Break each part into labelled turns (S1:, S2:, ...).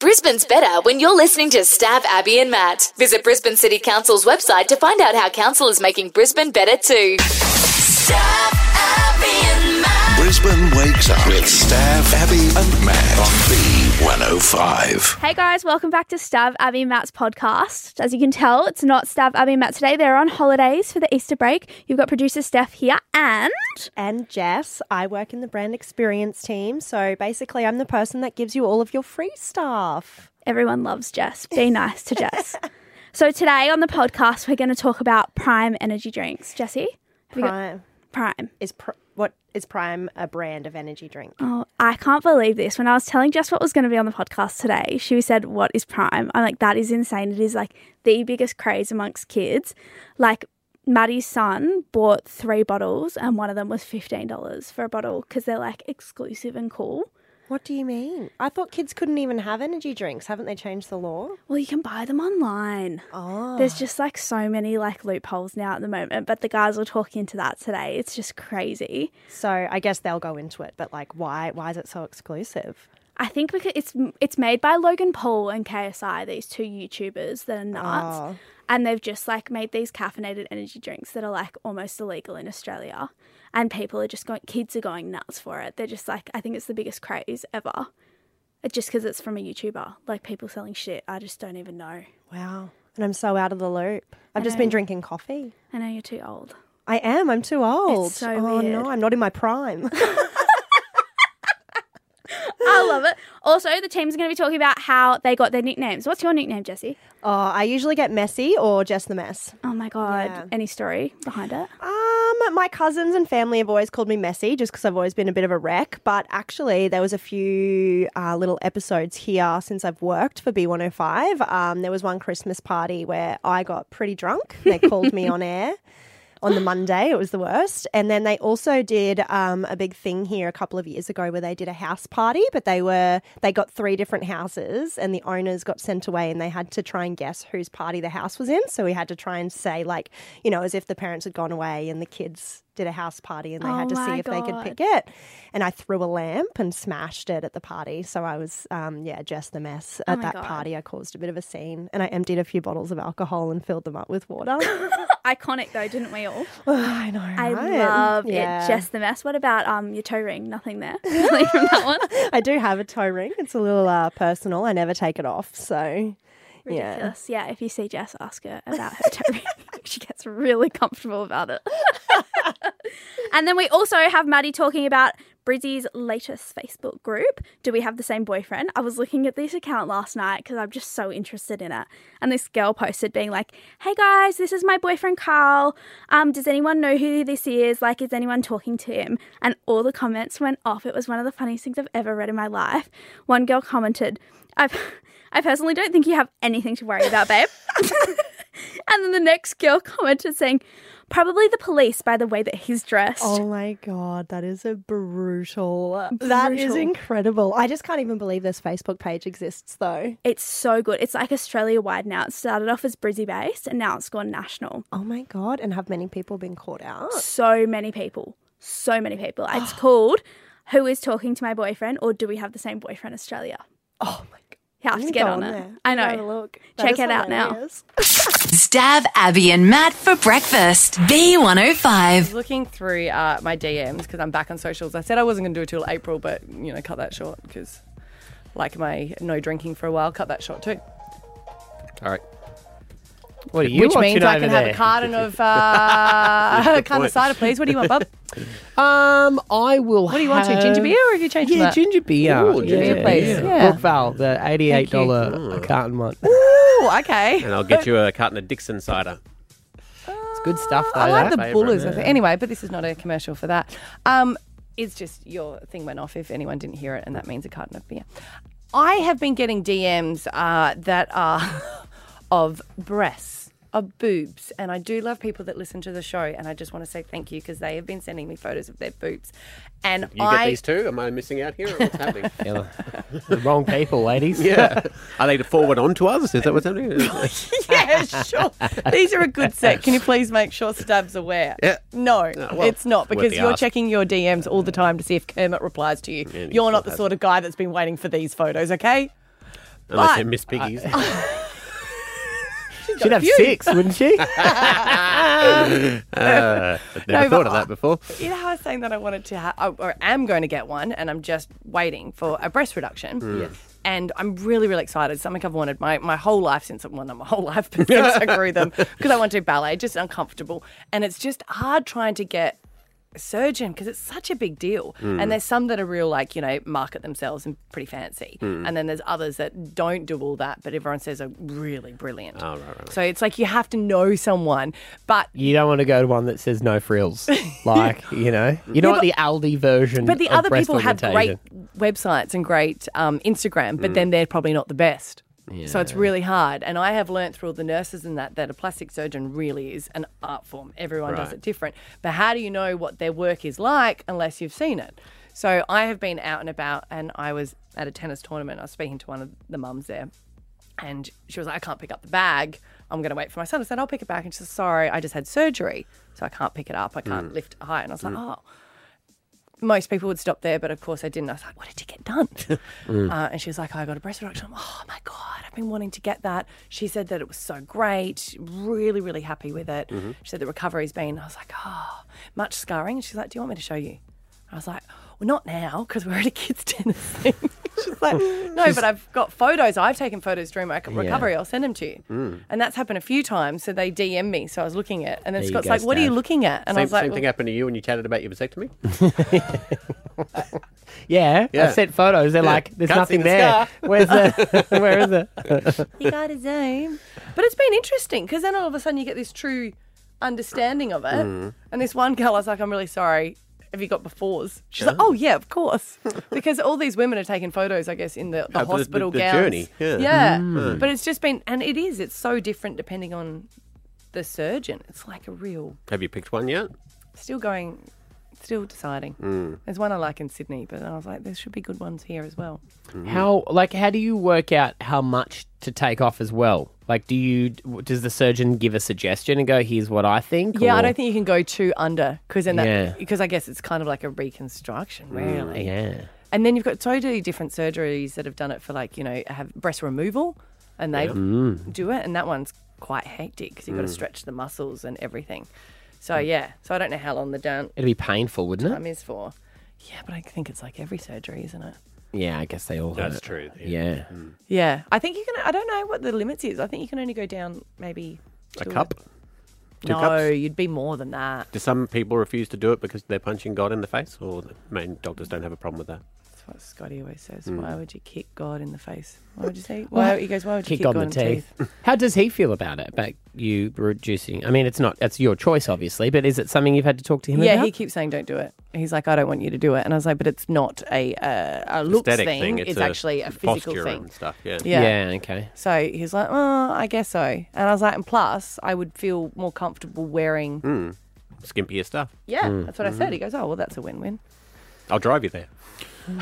S1: Brisbane's better when you're listening to Stab, Abby, and Matt. Visit Brisbane City Council's website to find out how Council is making Brisbane better too.
S2: Stab, Abby, and Matt.
S3: Brisbane wakes up with Stav, Abby, and Matt on B105.
S4: Hey guys, welcome back to Stav Abby and Matt's podcast. As you can tell, it's not Stav Abby and Matt today. They're on holidays for the Easter break. You've got producer Steph here and
S5: and Jess. I work in the brand experience team. So basically, I'm the person that gives you all of your free stuff.
S4: everyone loves Jess. Be nice to Jess. So today on the podcast, we're going to talk about Prime energy drinks. Jesse, have you got-
S5: Prime
S4: Prime.
S5: is pr- what is Prime a brand of energy drink?
S4: Oh, I can't believe this. When I was telling Jess what was going to be on the podcast today, she said, What is Prime? I'm like, That is insane. It is like the biggest craze amongst kids. Like, Maddie's son bought three bottles, and one of them was $15 for a bottle because they're like exclusive and cool.
S5: What do you mean? I thought kids couldn't even have energy drinks. Haven't they changed the law?
S4: Well, you can buy them online.
S5: Oh,
S4: There's just like so many like loopholes now at the moment, but the guys will talk into that today. It's just crazy.
S5: so I guess they'll go into it. But like, why? Why is it so exclusive?
S4: I think because it's it's made by Logan Paul and KSI, these two YouTubers that are nuts,
S5: Oh.
S4: and they've just like made these caffeinated energy drinks that are like almost illegal in Australia, and people are just going, kids are going nuts for it. They're just like, I think it's the biggest craze ever, It's just because it's from a YouTuber, like people selling shit. I just don't even know.
S5: Wow. And I'm so out of the loop. I've just been drinking coffee.
S4: I know you're too old.
S5: I am. I'm too old.
S4: so
S5: oh
S4: weird.
S5: no, I'm not in my prime.
S4: I love it. Also, the team's going to be talking about how they got their nicknames. What's your nickname, Jesse?
S5: oh, I usually get messy or just the mess.
S4: Oh my god!
S5: Yeah.
S4: Any story behind it?
S5: Um, my cousins and family have always called me messy just because I've always been a bit of a wreck. But actually, there was a few uh, little episodes here since I've worked for B105. Um, there was one Christmas party where I got pretty drunk. They called me on air on the Monday. It was the worst. And then they also did um, a big thing here a couple of years ago where they did a house party, but they were they got three different houses, and the owners got sent away, and they had to try and guess whose party the house was in. So we had to try and say like you know as if the parents had gone away and the kids did a house party, and they
S4: Oh
S5: had to
S4: my
S5: see if they could
S4: God.
S5: pick it. And I threw a lamp and smashed it at the party, so I was um, yeah just the mess at
S4: Oh my
S5: that
S4: God.
S5: party. I caused a bit of a scene, and I emptied a few bottles of alcohol and filled them up with water.
S4: Iconic though, didn't we all?
S5: I know.
S4: I
S5: right?
S4: love
S5: Yeah.
S4: it. Just the mess. What about um your toe ring? Nothing there. Nothing from that one.
S5: I do have a toe ring. It's a little uh, personal. I never take it off. So, yeah.
S4: Ridiculous. Yeah. If you see Jess, ask her about her toe ring. she gets really comfortable about it. and then we also have Maddie talking about Brizzy's latest Facebook group. Do we have the same boyfriend? I was looking at this account last night because I'm just so interested in it. And this girl posted being like, "Hey guys, this is my boyfriend Carl. Um, does anyone know who this is? Like, is anyone talking to him?" And all the comments went off. It was one of the funniest things I've ever read in my life. One girl commented, "I've." I personally don't think you have anything to worry about, babe. and then the next girl commented saying, probably the police by the way that he's dressed.
S5: Oh my God, that is a brutal. That is
S4: Brutal.
S5: incredible. I just can't even believe this Facebook page exists, though.
S4: It's so good. It's like Australia wide now. It started off as Brizzy based and now it's gone national.
S5: Oh my God. And have many people been caught out?
S4: So many people. So many people. It's called Who is Talking to My Boyfriend or Do We Have the Same Boyfriend Australia?
S5: Oh my God.
S4: You have
S5: I'm
S4: to get
S5: gonna go
S4: on, it.
S5: there.
S4: I
S5: I'm gonna Have
S4: know.
S5: a look.
S4: Check it out now.
S5: now.
S2: Stab, Abby, and Matt for breakfast. B105.
S6: looking through uh, my DMs because I'm back on socials. I said I wasn't going to do it till April, but you know, cut that short because, like my no drinking for a while, cut that short too.
S7: All right. What are you
S6: Which
S7: watching
S6: means I
S7: over
S6: can
S7: there?
S6: have a carton of uh, carton of cider, please. What do you want, bub?
S7: Um, I will.
S6: What do you want to ginger beer, or have you changed?
S7: Yeah,
S6: from that?
S7: ginger beer.
S6: ginger beer, please. Yeah.
S7: Brookvale, the eighty-eight
S8: Mm.
S7: dollar carton one.
S6: Ooh, okay.
S8: and I'll get you a carton of Dixon cider.
S7: It's good stuff. Though,
S6: I like the
S7: that.
S6: bullers. I think. Anyway, but this is not a commercial for that. Um, it's just your thing went off if anyone didn't hear it, and that means a carton of beer. I have been getting DMs uh, that are of breasts, of boobs, and I do love people that listen to the show, and I just want to say thank you because they have been sending me photos of their boobs, and
S8: You
S6: I
S8: get these too? Am I missing out here? Or what's happening?
S7: the wrong people, ladies.
S8: yeah. Are they to forward on to us? Is that what's happening?
S6: yeah, sure.
S8: Uh,
S6: These are a good set. Can you please make sure Stab's aware?
S8: Yeah.
S6: No,
S8: well,
S6: it's
S8: it's worth
S6: not because
S8: the
S6: you're
S8: ask.
S6: checking your DMs all the time to see if Kermit replies to you.
S8: he
S6: you're
S8: still
S6: not the
S8: hasn't.
S6: sort of guy that's been waiting for these photos, okay?
S8: Unless
S6: But- oh,
S8: they're Miss Piggies.
S7: She'd have six, wouldn't she?
S8: Uh, I'd never
S6: No, but
S8: thought of that before.
S6: You know how I was saying that I wanted to, ha- I- or am going to get one, and I'm just waiting for a breast reduction.
S8: Mm.
S7: Mm.
S6: And I'm really, really excited. Something I've wanted my, my whole life since, well, not my whole life, but since I grew them, because I want to do ballet, just uncomfortable. And it's just hard trying to get a surgeon because it's such a big deal.
S8: Hmm.
S6: And there's some that are real, like, you know, market themselves and pretty fancy.
S8: Hmm.
S6: And then there's others that don't do all that, but everyone says are really brilliant.
S8: Oh, right, right, right.
S6: So it's like you have to know someone. But
S7: You don't want to go to one that says no frills. Like, you know, you know what the Aldi version.
S6: But the
S7: of
S6: other
S7: breast
S6: people have great
S7: augmentation. Mm.
S6: websites and great um, Instagram, but then they're probably not the best. So it's really hard. And I have learnt through all the nurses and that that a plastic surgeon really is an art form. Everyone does
S8: Right.
S6: it different. But how do you know what their work is like unless you've seen it? So I have been out and about and I was at a tennis tournament. I was speaking to one of the mums there and she was like, I can't pick up the bag. I'm going to wait for my son. I said, I'll pick it back. And she said, Sorry, I just had surgery. So I can't pick it up. I can't lift it high. And I was like, Oh. Most people would stop there, but of course I didn't. I was like, What did you get done? uh, and she was like, I got a breast reduction. I'm, oh my God, I've been wanting to get that. She said that it was so great. Really, really happy with it. She said the recovery's been, I was like, Oh, much scarring. And she's like, Do you want me to show you? I was like, well, not now because we're at a kids' tennis thing. She's like, no, but I've got photos. I've taken photos during my recovery. I'll send them to you. And that's happened a few times. So they DM me. So I was looking at, and then
S7: There you
S6: Scott's
S7: go,
S6: like, what are you
S7: Stav.
S6: looking at? And I
S8: Same,
S6: was like,
S8: same thing
S6: well,
S8: happened to you when you chatted about your vasectomy.
S7: Yeah,
S8: Yeah.
S7: I sent photos. They're like, there's
S8: Can't see
S7: nothing
S8: the
S7: there.
S8: scar.
S7: Where's the? Where is it?
S6: you got a zoom. But it's been interesting because then all of a sudden you get this true understanding of it.
S8: Mm.
S6: And this one girl, I was like, I'm really sorry. Have you got befores? She's like, oh yeah, of course, because all these women are taking photos, I guess, in the,
S8: Oh,
S6: the
S8: the- the-
S6: hospital
S8: the
S6: gowns.
S8: journey, yeah. Mm.
S6: but it's just been, and it is, it's so different depending on the surgeon. It's like a real,
S8: Have you picked one yet?
S6: still going, still deciding.
S8: Mm.
S6: There's one I like in Sydney, but I was like, there should be good ones here as well.
S7: How like how do you work out how much to take off as well? Like, do you does the surgeon give a suggestion and go, here's what I think?
S6: Yeah, I
S7: or-
S6: don't think you can go too under because then
S7: Yeah.
S6: that because I guess it's kind of like a reconstruction,
S8: Mm,
S6: really.
S7: Mm, Yeah.
S6: And then you've got totally different surgeries that have done it for like you know have breast removal, and they do it, and that one's quite hectic because you've got to stretch the muscles and everything. So
S8: Mm.
S6: yeah, so I don't know how long the down
S7: It'd be painful, wouldn't
S6: time is for. Yeah, but I think it's like every surgery, isn't it?
S7: it? Yeah, I guess they all. hurt.
S8: true. Mm.
S7: Yeah.
S6: Yeah, I think you can. I don't know what the limits is. I think you can only go down maybe
S8: A
S6: two-
S8: cup. Two
S6: no,
S8: cups.
S6: you'd be more than that.
S8: Do some people refuse to do it because they're punching God in the face, or the main doctors don't have a problem with that?
S6: That's what Scotty always says.
S7: Hmm.
S6: Why would you kick God in the face? Why would you say? Why he goes? Why would you
S7: Kick, on the teeth. How does he feel about it? About you reducing? I mean, it's not. It's your choice, obviously. But is it something you've had to talk to him
S6: Yeah,
S7: about?
S6: he keeps saying, "Don't do it." He's like, "I don't want you to do it," and I was like, "But it's not a uh, a looks
S8: Aesthetic
S6: thing. It's,
S8: a
S6: actually a physical
S8: posture
S6: thing."
S8: and stuff. Yeah.
S6: Yeah.
S7: Okay.
S6: So he's like, "Oh, I guess so," and I was like, "And plus, I would feel more comfortable wearing."
S8: Hmm. Skimpier stuff. Hmm. Mm-hmm.
S6: Yeah,
S7: Hmm.
S6: that's what I said. He goes, "Oh, well, that's a win-win."
S8: I'll drive you there.
S7: In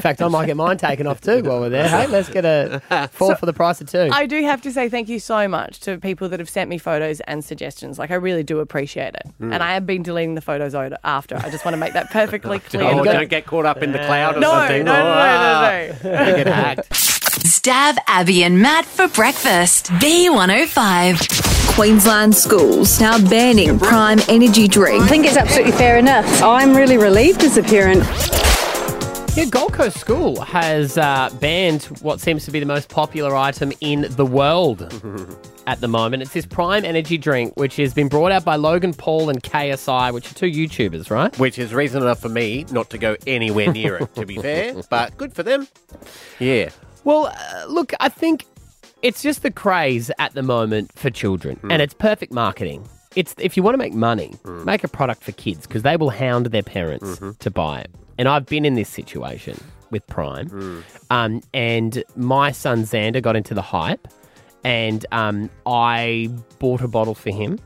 S7: fact, I might get mine taken off too while we're there. Hey, let's get a four for the price of two.
S6: I do have to say thank you so much to people that have sent me photos and suggestions. Like, I really do appreciate it.
S8: Hmm.
S6: And I have been deleting the photos o- after. I just want to make that perfectly clear.
S8: Oh,
S7: got-
S8: don't get caught up in the cloud or
S6: no, no, no,
S8: something. Oh, ah.
S6: no, no, no.
S7: get hacked.
S2: Stab Abby and Matt for breakfast. B105.
S9: Queensland schools now banning prime energy drink.
S10: I think it's absolutely fair enough. I'm really relieved as a parent.
S7: Yeah, Gold Coast School has uh, banned what seems to be the most popular item in the world at the moment. It's this Prime Energy drink, which has been brought out by Logan Paul and KSI, which are two YouTubers, right?
S8: Which is reason enough for me not to go anywhere near it, to be fair. But good for them. Yeah.
S7: Well, uh, look, I think it's just the craze at the moment for children,
S8: Hmm.
S7: and it's perfect marketing. It's if you want to make money, make a product for kids because they will hound their parents
S8: Mm-hmm.
S7: to buy it. And I've been in this situation with Prime,
S8: Hmm.
S7: um, and my son Xander got into the hype, and um, I bought a bottle for him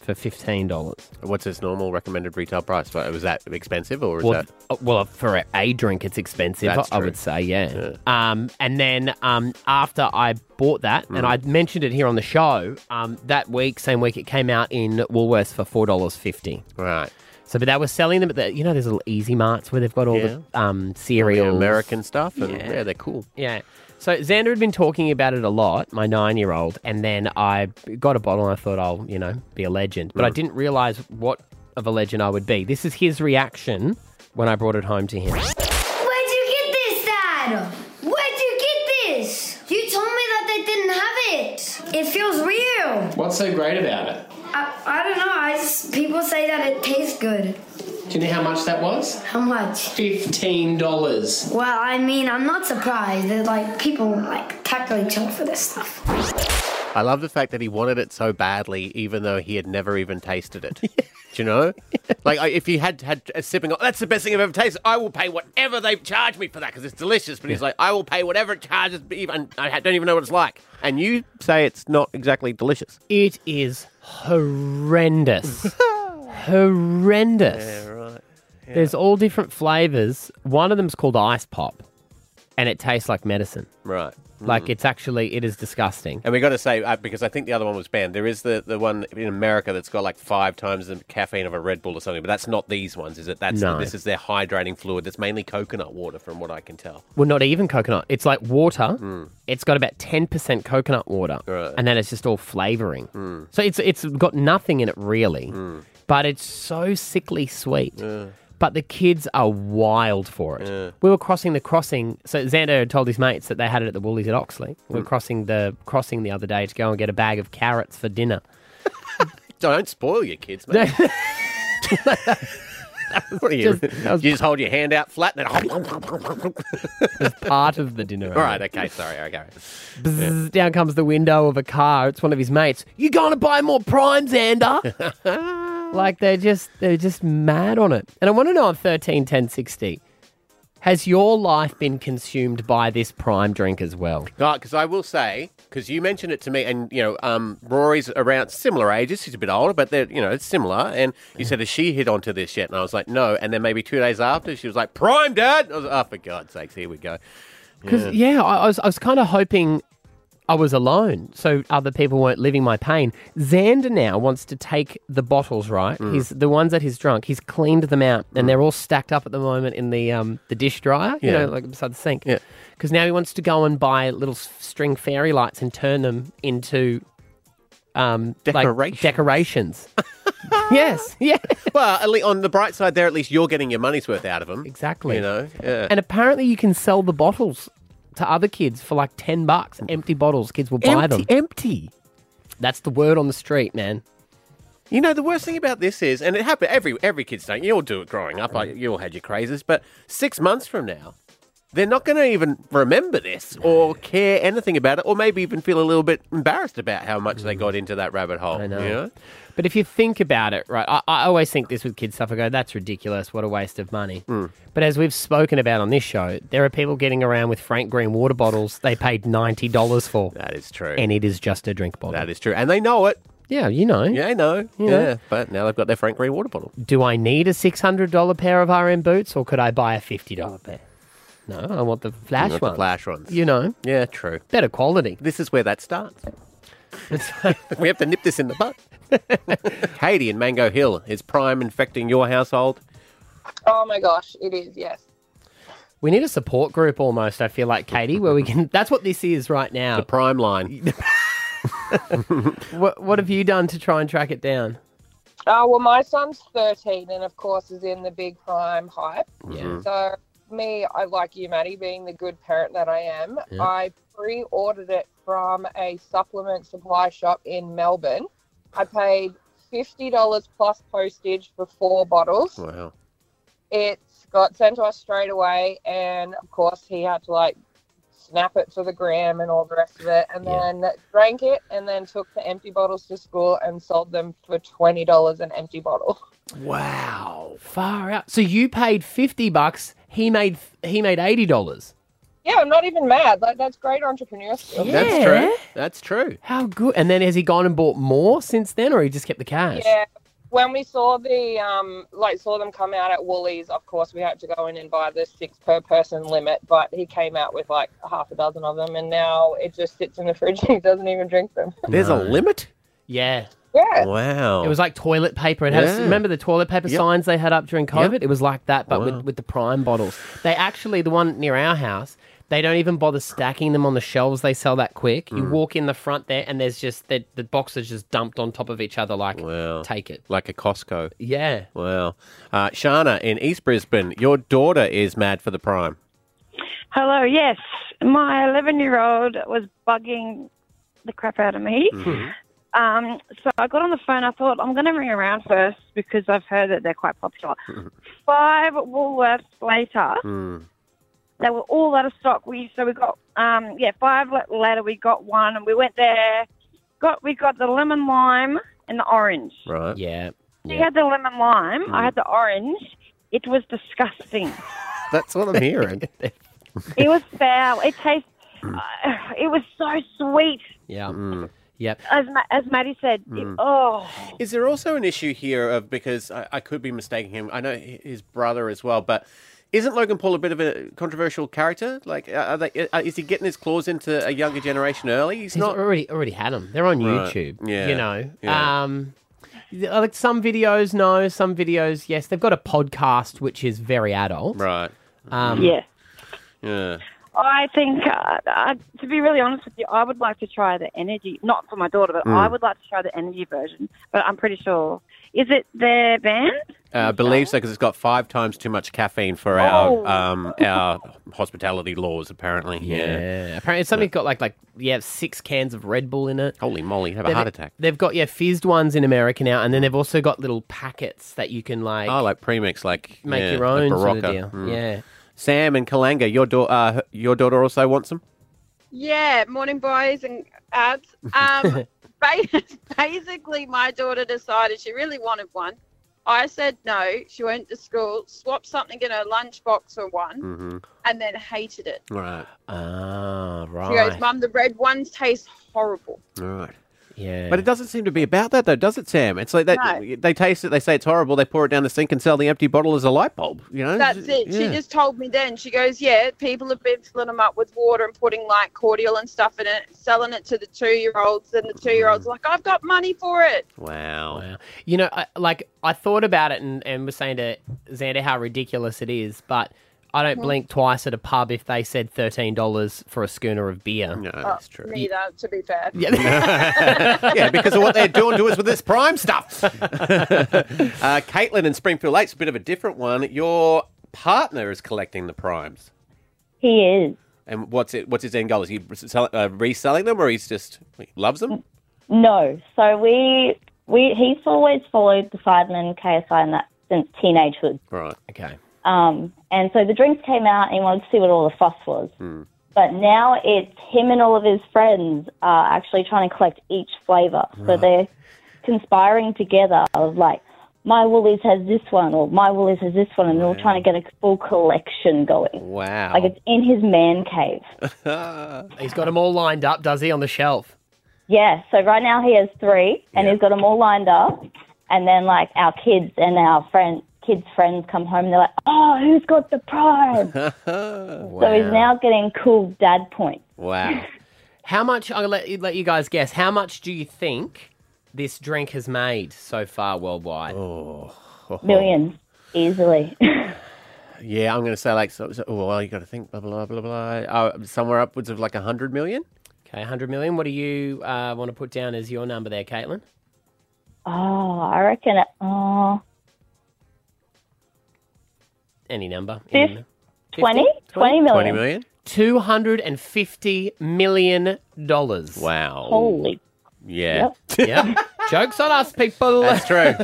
S7: for fifteen dollars.
S8: Mm-hmm. What's its normal recommended retail price? Well, Was that expensive or is
S7: Well,
S8: that?
S7: uh, well, for a drink, it's expensive.
S8: That's
S7: I, I
S8: true.
S7: would say, yeah. Um, and then um, after I bought that,
S8: Mm.
S7: and I mentioned it here on the show um, that week, same week, it came out in Woolworths for four dollars fifty.
S8: Right.
S7: So, but they were selling them at the, you know, there's little Easy Marts where they've got all the um, cereals.
S8: American stuff, and yeah. they're cool.
S7: Yeah. So Xander had been talking about it a lot, my nine-year-old, and then I got a bottle and I thought I'll, you know, be a legend, but I
S8: Mm.
S7: didn't realize what of a legend I would be. This is his reaction when I brought it home to him.
S11: Where'd you get this, Dad? Where'd you get this? You told me that they didn't have it. It feels real.
S7: What's so great about it?
S11: I, I don't know. I just people say that it tastes good.
S7: Do you know how much that was?
S11: How much?
S7: Fifteen dollars.
S11: Well, I mean, I'm not surprised. That, like people like tackle each other for this stuff.
S8: I love the fact that he wanted it so badly, even though he had never even tasted it. Do you know? Like, I, if he had had a sipping, that's the best thing I've ever tasted. I will pay whatever they charge me for that because it's delicious. But he's like, I will pay whatever it charges me, even I ha- don't even know what it's like. And you say it's not exactly delicious.
S7: It is horrendous. horrendous.
S8: Yeah, right. Yeah.
S7: There's all different flavors. One of them's called ice pop, and it tastes like medicine.
S8: Right. Mm.
S7: Like it's actually it is disgusting.
S8: And we got to say uh, because I think the other one was banned. There is the, the one in America that's got like five times the caffeine of a Red Bull or something, but that's not these ones, is it? That's
S7: No.
S8: this is their hydrating fluid. That's mainly coconut water, from what I can tell.
S7: Well, not even coconut. It's like water. It's got about ten percent coconut water,
S8: Mm. Right. Mm.
S7: and then it's just all flavoring. So it's it's got nothing in it really, but it's so sickly sweet. But the kids are wild for it. We were crossing the crossing. So Xander had told his mates that they had it at the Woolies at Oxley. We were
S8: Mm.
S7: crossing the crossing the other day to go and get a bag of carrots for dinner.
S8: Don't spoil your kids, mate. what are you?
S7: just- that
S8: you just hold your hand out flat and then.
S7: As part of the dinner.
S8: All right. Okay. Sorry. Okay.
S7: Bzzz, Down comes the window of a car. It's one of his mates. You going to buy more primes, Xander? like they're just they're just mad on it. And I want to know on thirteen ten sixty, has your life been consumed by this prime drink as well?
S8: Because I will say, because you mentioned it to me, and you know, um, Rory's around similar ages. He's a bit older, but they're you know, it's similar. And you said, "Has she hit onto this yet?" And I was like, "No." And then maybe two days after, she was like, "Prime, Dad." I was like, "Oh, for God's sakes, here we go."
S7: Because yeah, I, I was I was kind of hoping I was alone, so other people weren't living my pain. Xander now wants to take the bottles, right?
S8: Mm.
S7: He's the ones that he's drunk. He's cleaned them out, and they're all stacked up at the moment in the um the dish dryer, you
S8: Yeah.
S7: know, like beside the sink. Yeah. Because now he wants to go and buy little s- string fairy lights and turn them into um decorations. Like decorations. yes. Yeah.
S8: Well, at least on the bright side, there at least you're getting your money's worth out of them.
S7: Exactly.
S8: You know. Yeah.
S7: And apparently, you can sell the bottles to other kids for like 10 bucks. Empty bottles. Kids will buy them.
S8: Empty- Empty.
S7: That's the word on the street, man.
S8: You know, the worst thing about this is, and it happened every every kid's don't. You all do it growing up. I, you all had your crazes, but six months from now, they're not going to even remember this or care anything about it, or maybe even feel a little bit embarrassed about how much they got into that rabbit hole. I know.
S7: Mm. But if you think about it, right, I, I always think this with kids stuff. I go, that's ridiculous. What a waste of money.
S8: Hmm.
S7: But as we've spoken about on this show, there are people getting around with Frank Green water bottles they paid $90 for.
S8: That is true.
S7: And it is just a drink bottle.
S8: That is true. And they know it.
S7: Yeah, you know.
S8: Yeah, I know.
S7: You
S8: yeah,
S7: know.
S8: but now they've got their Frank Green water bottle.
S7: Do I need a $600 pair of RM boots or could I buy a $50 pair? No, I want the
S8: You
S7: flash
S8: know, the
S7: one.
S8: flash ones.
S7: You know.
S8: Yeah, true.
S7: Better quality.
S8: This is where that starts. we have to nip this in the bud. Katie in Mango Hill is Prime infecting your household.
S12: Oh my gosh, it is, yes.
S7: We need a support group almost, I feel like, Katie, where we can. That's what this is right now. The
S8: prime line.
S7: what, what have you done to try and track it down?
S12: Oh, well, my son's 13 and, of course, is in the big prime hype.
S7: Yeah.
S12: So, me, I like you, Maddie, being the good parent that I am,
S7: Yeah.
S12: I pre ordered it from a supplement supply shop in Melbourne. I paid $50 plus postage for four bottles.
S8: Wow.
S12: It got sent to us straight away, and of course, he had to like snap it for the gram and all the rest of it, and then drank it, and then took the empty bottles to school and sold them for twenty dollars an empty bottle.
S7: Wow. Far out. So you paid 50 bucks. He made he made $80.
S12: Yeah, I'm not even mad. Like that's great entrepreneur skill.
S7: That's true.
S8: That's true.
S7: How good. And then has he gone and bought more since then or he just kept the cash?
S12: Yeah. When we saw the um, like saw them come out at Woolies, of course we had to go in and buy the six per person limit, but he came out with like half a dozen of them, and now it just sits in the fridge and he doesn't even drink them.
S8: There's a limit?
S7: Yeah.
S12: Yeah.
S8: Wow.
S7: It was like toilet paper. It had
S8: Oh. Yeah.
S7: remember the toilet paper
S8: Yep.
S7: signs they had up during COVID?
S8: Yep.
S7: It was like that, but
S8: Wow.
S7: with, with the prime bottles. They actually, the one near our house, they don't even bother stacking them on the shelves. They sell that quick. You
S8: Mm.
S7: walk in the front there, and there's just the, the boxes just dumped on top of each other, like take it.
S8: Like a Costco.
S7: Yeah.
S8: Wow. Uh, Shana in East Brisbane, your daughter is mad for the prime.
S13: Hello, yes. My 11 year old was bugging the crap out of me.
S7: Mm-hmm.
S8: Mm-hmm. Mm.
S13: Um, so I got on the phone. I thought, I'm going to ring around first because I've heard that they're quite popular. Five Woolworths later,
S7: Mm.
S13: they were all out of stock. We So we got, um, yeah, five la- later, we got one and we went there. Got We got the lemon lime and the orange.
S8: Right.
S7: Yeah.
S13: She had the lemon lime, I
S8: Mm.
S13: had the orange. It was disgusting.
S8: That's what I'm hearing.
S13: it was foul. It tastes. uh, it was so sweet,
S7: Yeah. Yep.
S13: as Ma- as Maddie said. it-
S8: Mm.
S13: oh,
S8: Is there also an issue here of because I, I could be mistaking him? I know hi- his brother as well, but isn't Logan Paul a bit of a controversial character? Like, are are they, are, is he getting his claws into a younger generation early? He's,
S7: He's
S8: not
S7: already already had them. They're on
S8: Right.
S7: YouTube.
S8: Yeah.
S7: You know.
S8: Yeah.
S7: Um th- like some videos no, some videos yes. They've got a podcast which is very adult.
S8: Right. Mm.
S7: Um
S13: Yeah.
S8: Yeah.
S13: I think, uh, I, to be really honest with you, I would like to try the energy. Not for my daughter, but
S8: Mm.
S13: I would like to try the energy version. But I'm pretty sure. Is it their band?
S8: Uh, I believe so because it's got five times too much caffeine for
S13: Oh.
S8: our um, our hospitality laws, apparently. Yeah.
S7: Apparently something's got like like yeah, six cans of Red Bull in it.
S8: Holy moly, have a
S7: They've- e-,
S8: heart attack.
S7: They've got yeah, fizzed ones in America now, and then they've also got little packets that you can like
S8: oh, like premix, like
S7: make
S8: yeah,
S7: your own
S8: like
S7: sort of
S8: Barocca.
S7: deal.
S8: Mm.
S7: Yeah.
S8: Sam and Kalanga, your daughter, uh, her- your daughter also wants them.
S14: Yeah, morning boys and ads. Um, ba- basically, my daughter decided she really wanted one. I said no. She went to school, swapped something in her lunchbox for one,
S7: Mm.
S8: Mm-hmm.
S14: and then hated it.
S8: Right.
S7: Ah,
S14: She
S7: right.
S14: goes, "Mum, the red ones taste horrible."
S8: Right.
S7: Yeah.
S8: But it doesn't seem to be about that, though, does it, Sam? It's like they,
S14: No.
S8: they taste it, they say it's horrible, they pour it down the sink and sell the empty bottle as a light bulb. You know,
S14: That's it. She
S8: Oh, yeah.
S14: just told me then. She goes, "Yeah, people have been filling them up with water and putting like cordial and stuff in it, selling it to the two-year-olds, and the two-year-olds are like, I've got money for it."
S8: Wow.
S7: Wow. You know, I, like I thought about it and, and was saying to Xander how ridiculous it is, but I
S15: Mm-hmm.
S7: don't
S14: Mhm.
S7: blink twice at a pub if they said thirteen dollars for a schooner of beer. No,
S8: that's
S14: Oh, Neither, to be fair.
S8: Yeah. yeah, because of what they're doing to us with this prime stuff. uh, Caitlin in Springfield Lakes, a bit of a different one. Your partner is collecting the primes.
S15: He is.
S8: And what's it? What's his end goal? Is he sell, uh, reselling them, or he's just he loves them?
S15: No. So we we he's always followed Poseidon and KSI and that since teenagehood.
S8: Right.
S7: Okay.
S15: Um, and so the drinks came out and he wanted to see what all the fuss was.
S8: Hmm.
S15: But now it's him and all of his friends are actually trying to collect each flavour. So
S16: Right.
S15: they're conspiring together of like, my Woolies has this one or my Woolies has this one and they're all trying to get a full collection going.
S8: Wow.
S15: Like it's in his man cave.
S7: He's got them all lined up, does he, on the shelf?
S15: Yeah, so right now he has three, and he's got them all lined up. And then, like, our kids and our friend, kids' friends come home, they're like, oh, who's got the prize? So he's now getting cool dad points.
S8: Wow.
S7: how much? I'll let you, let you guys guess. How much do you think this drink has made so far worldwide?
S8: Oh,
S15: Millions, easily.
S8: Yeah, I'm going to say like so. so oh, well, you got to think blah blah blah blah. blah. Oh, somewhere upwards of like a hundred million.
S7: Okay, hundred million. What do you uh, want to put down as your number there, Caitlin?
S15: oh, I reckon it, oh,
S7: Any number.
S15: Fif-
S7: Any,
S15: 20? 20 million.
S7: Two hundred and fifty million dollars.
S8: Wow.
S15: Holy.
S8: Yeah.
S7: yeah. Jokes on us, people. That's
S8: true.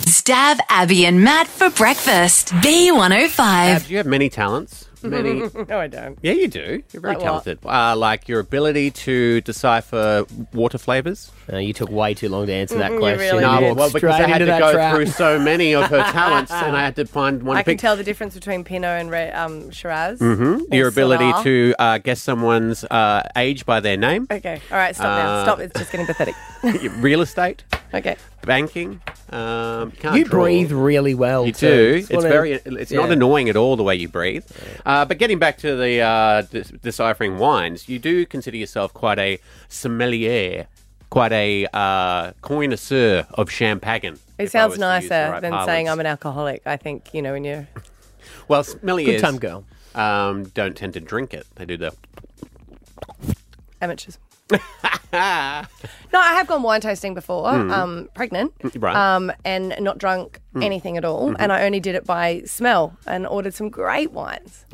S2: Stab Abby and Matt for breakfast. B105.
S8: Ab, do you have many talents? Many.
S6: no, I don't.
S8: yeah, you do. You're very
S6: Like what?
S8: talented. Uh, like your ability to decipher water flavors.
S7: Uh, you took way too long to answer
S6: that Mm, you question. really
S8: no,
S6: did.
S8: well, well, because
S6: Straight
S8: I had
S6: into
S8: to
S6: that
S8: go
S6: trap.
S8: through so many of her talents, and I had to find one.
S6: I
S8: to pick.
S6: can tell the difference between Pinot and Re- um, Shiraz.
S8: Mm-hmm.
S6: Or
S8: Your ability
S6: Syrah.
S8: to uh, guess someone's uh, age by their name.
S6: Okay. All right. Stop now.
S8: Uh,
S6: Stop. It's just getting pathetic.
S8: Real estate.
S6: Okay.
S8: Banking. Um, can't
S7: You
S8: draw.
S7: breathe really well.
S8: You
S7: too.
S8: do. It's,
S7: one of-
S8: very. It's not
S7: Yeah.
S8: annoying at all the way you breathe. Uh, but getting back to the uh, de- deciphering wines, you do consider yourself quite a sommelier. quite a uh, connoisseur of champagne.
S6: It
S8: if I was to use
S6: sounds
S8: the
S6: nicer
S8: right
S6: than
S8: parlance.
S6: saying I'm an alcoholic. I think, you know, when you're.
S8: Well, smelly
S6: Good
S8: ears,
S6: time, girl.
S8: Um, don't tend to drink it. They do the
S6: amateurs. No, I have gone wine tasting before,
S8: Mm.
S6: um, pregnant,
S8: Right.
S6: um, and not drunk
S8: Mm.
S6: anything at all.
S7: Mhm.
S6: And I only did it by smell and ordered some great wines.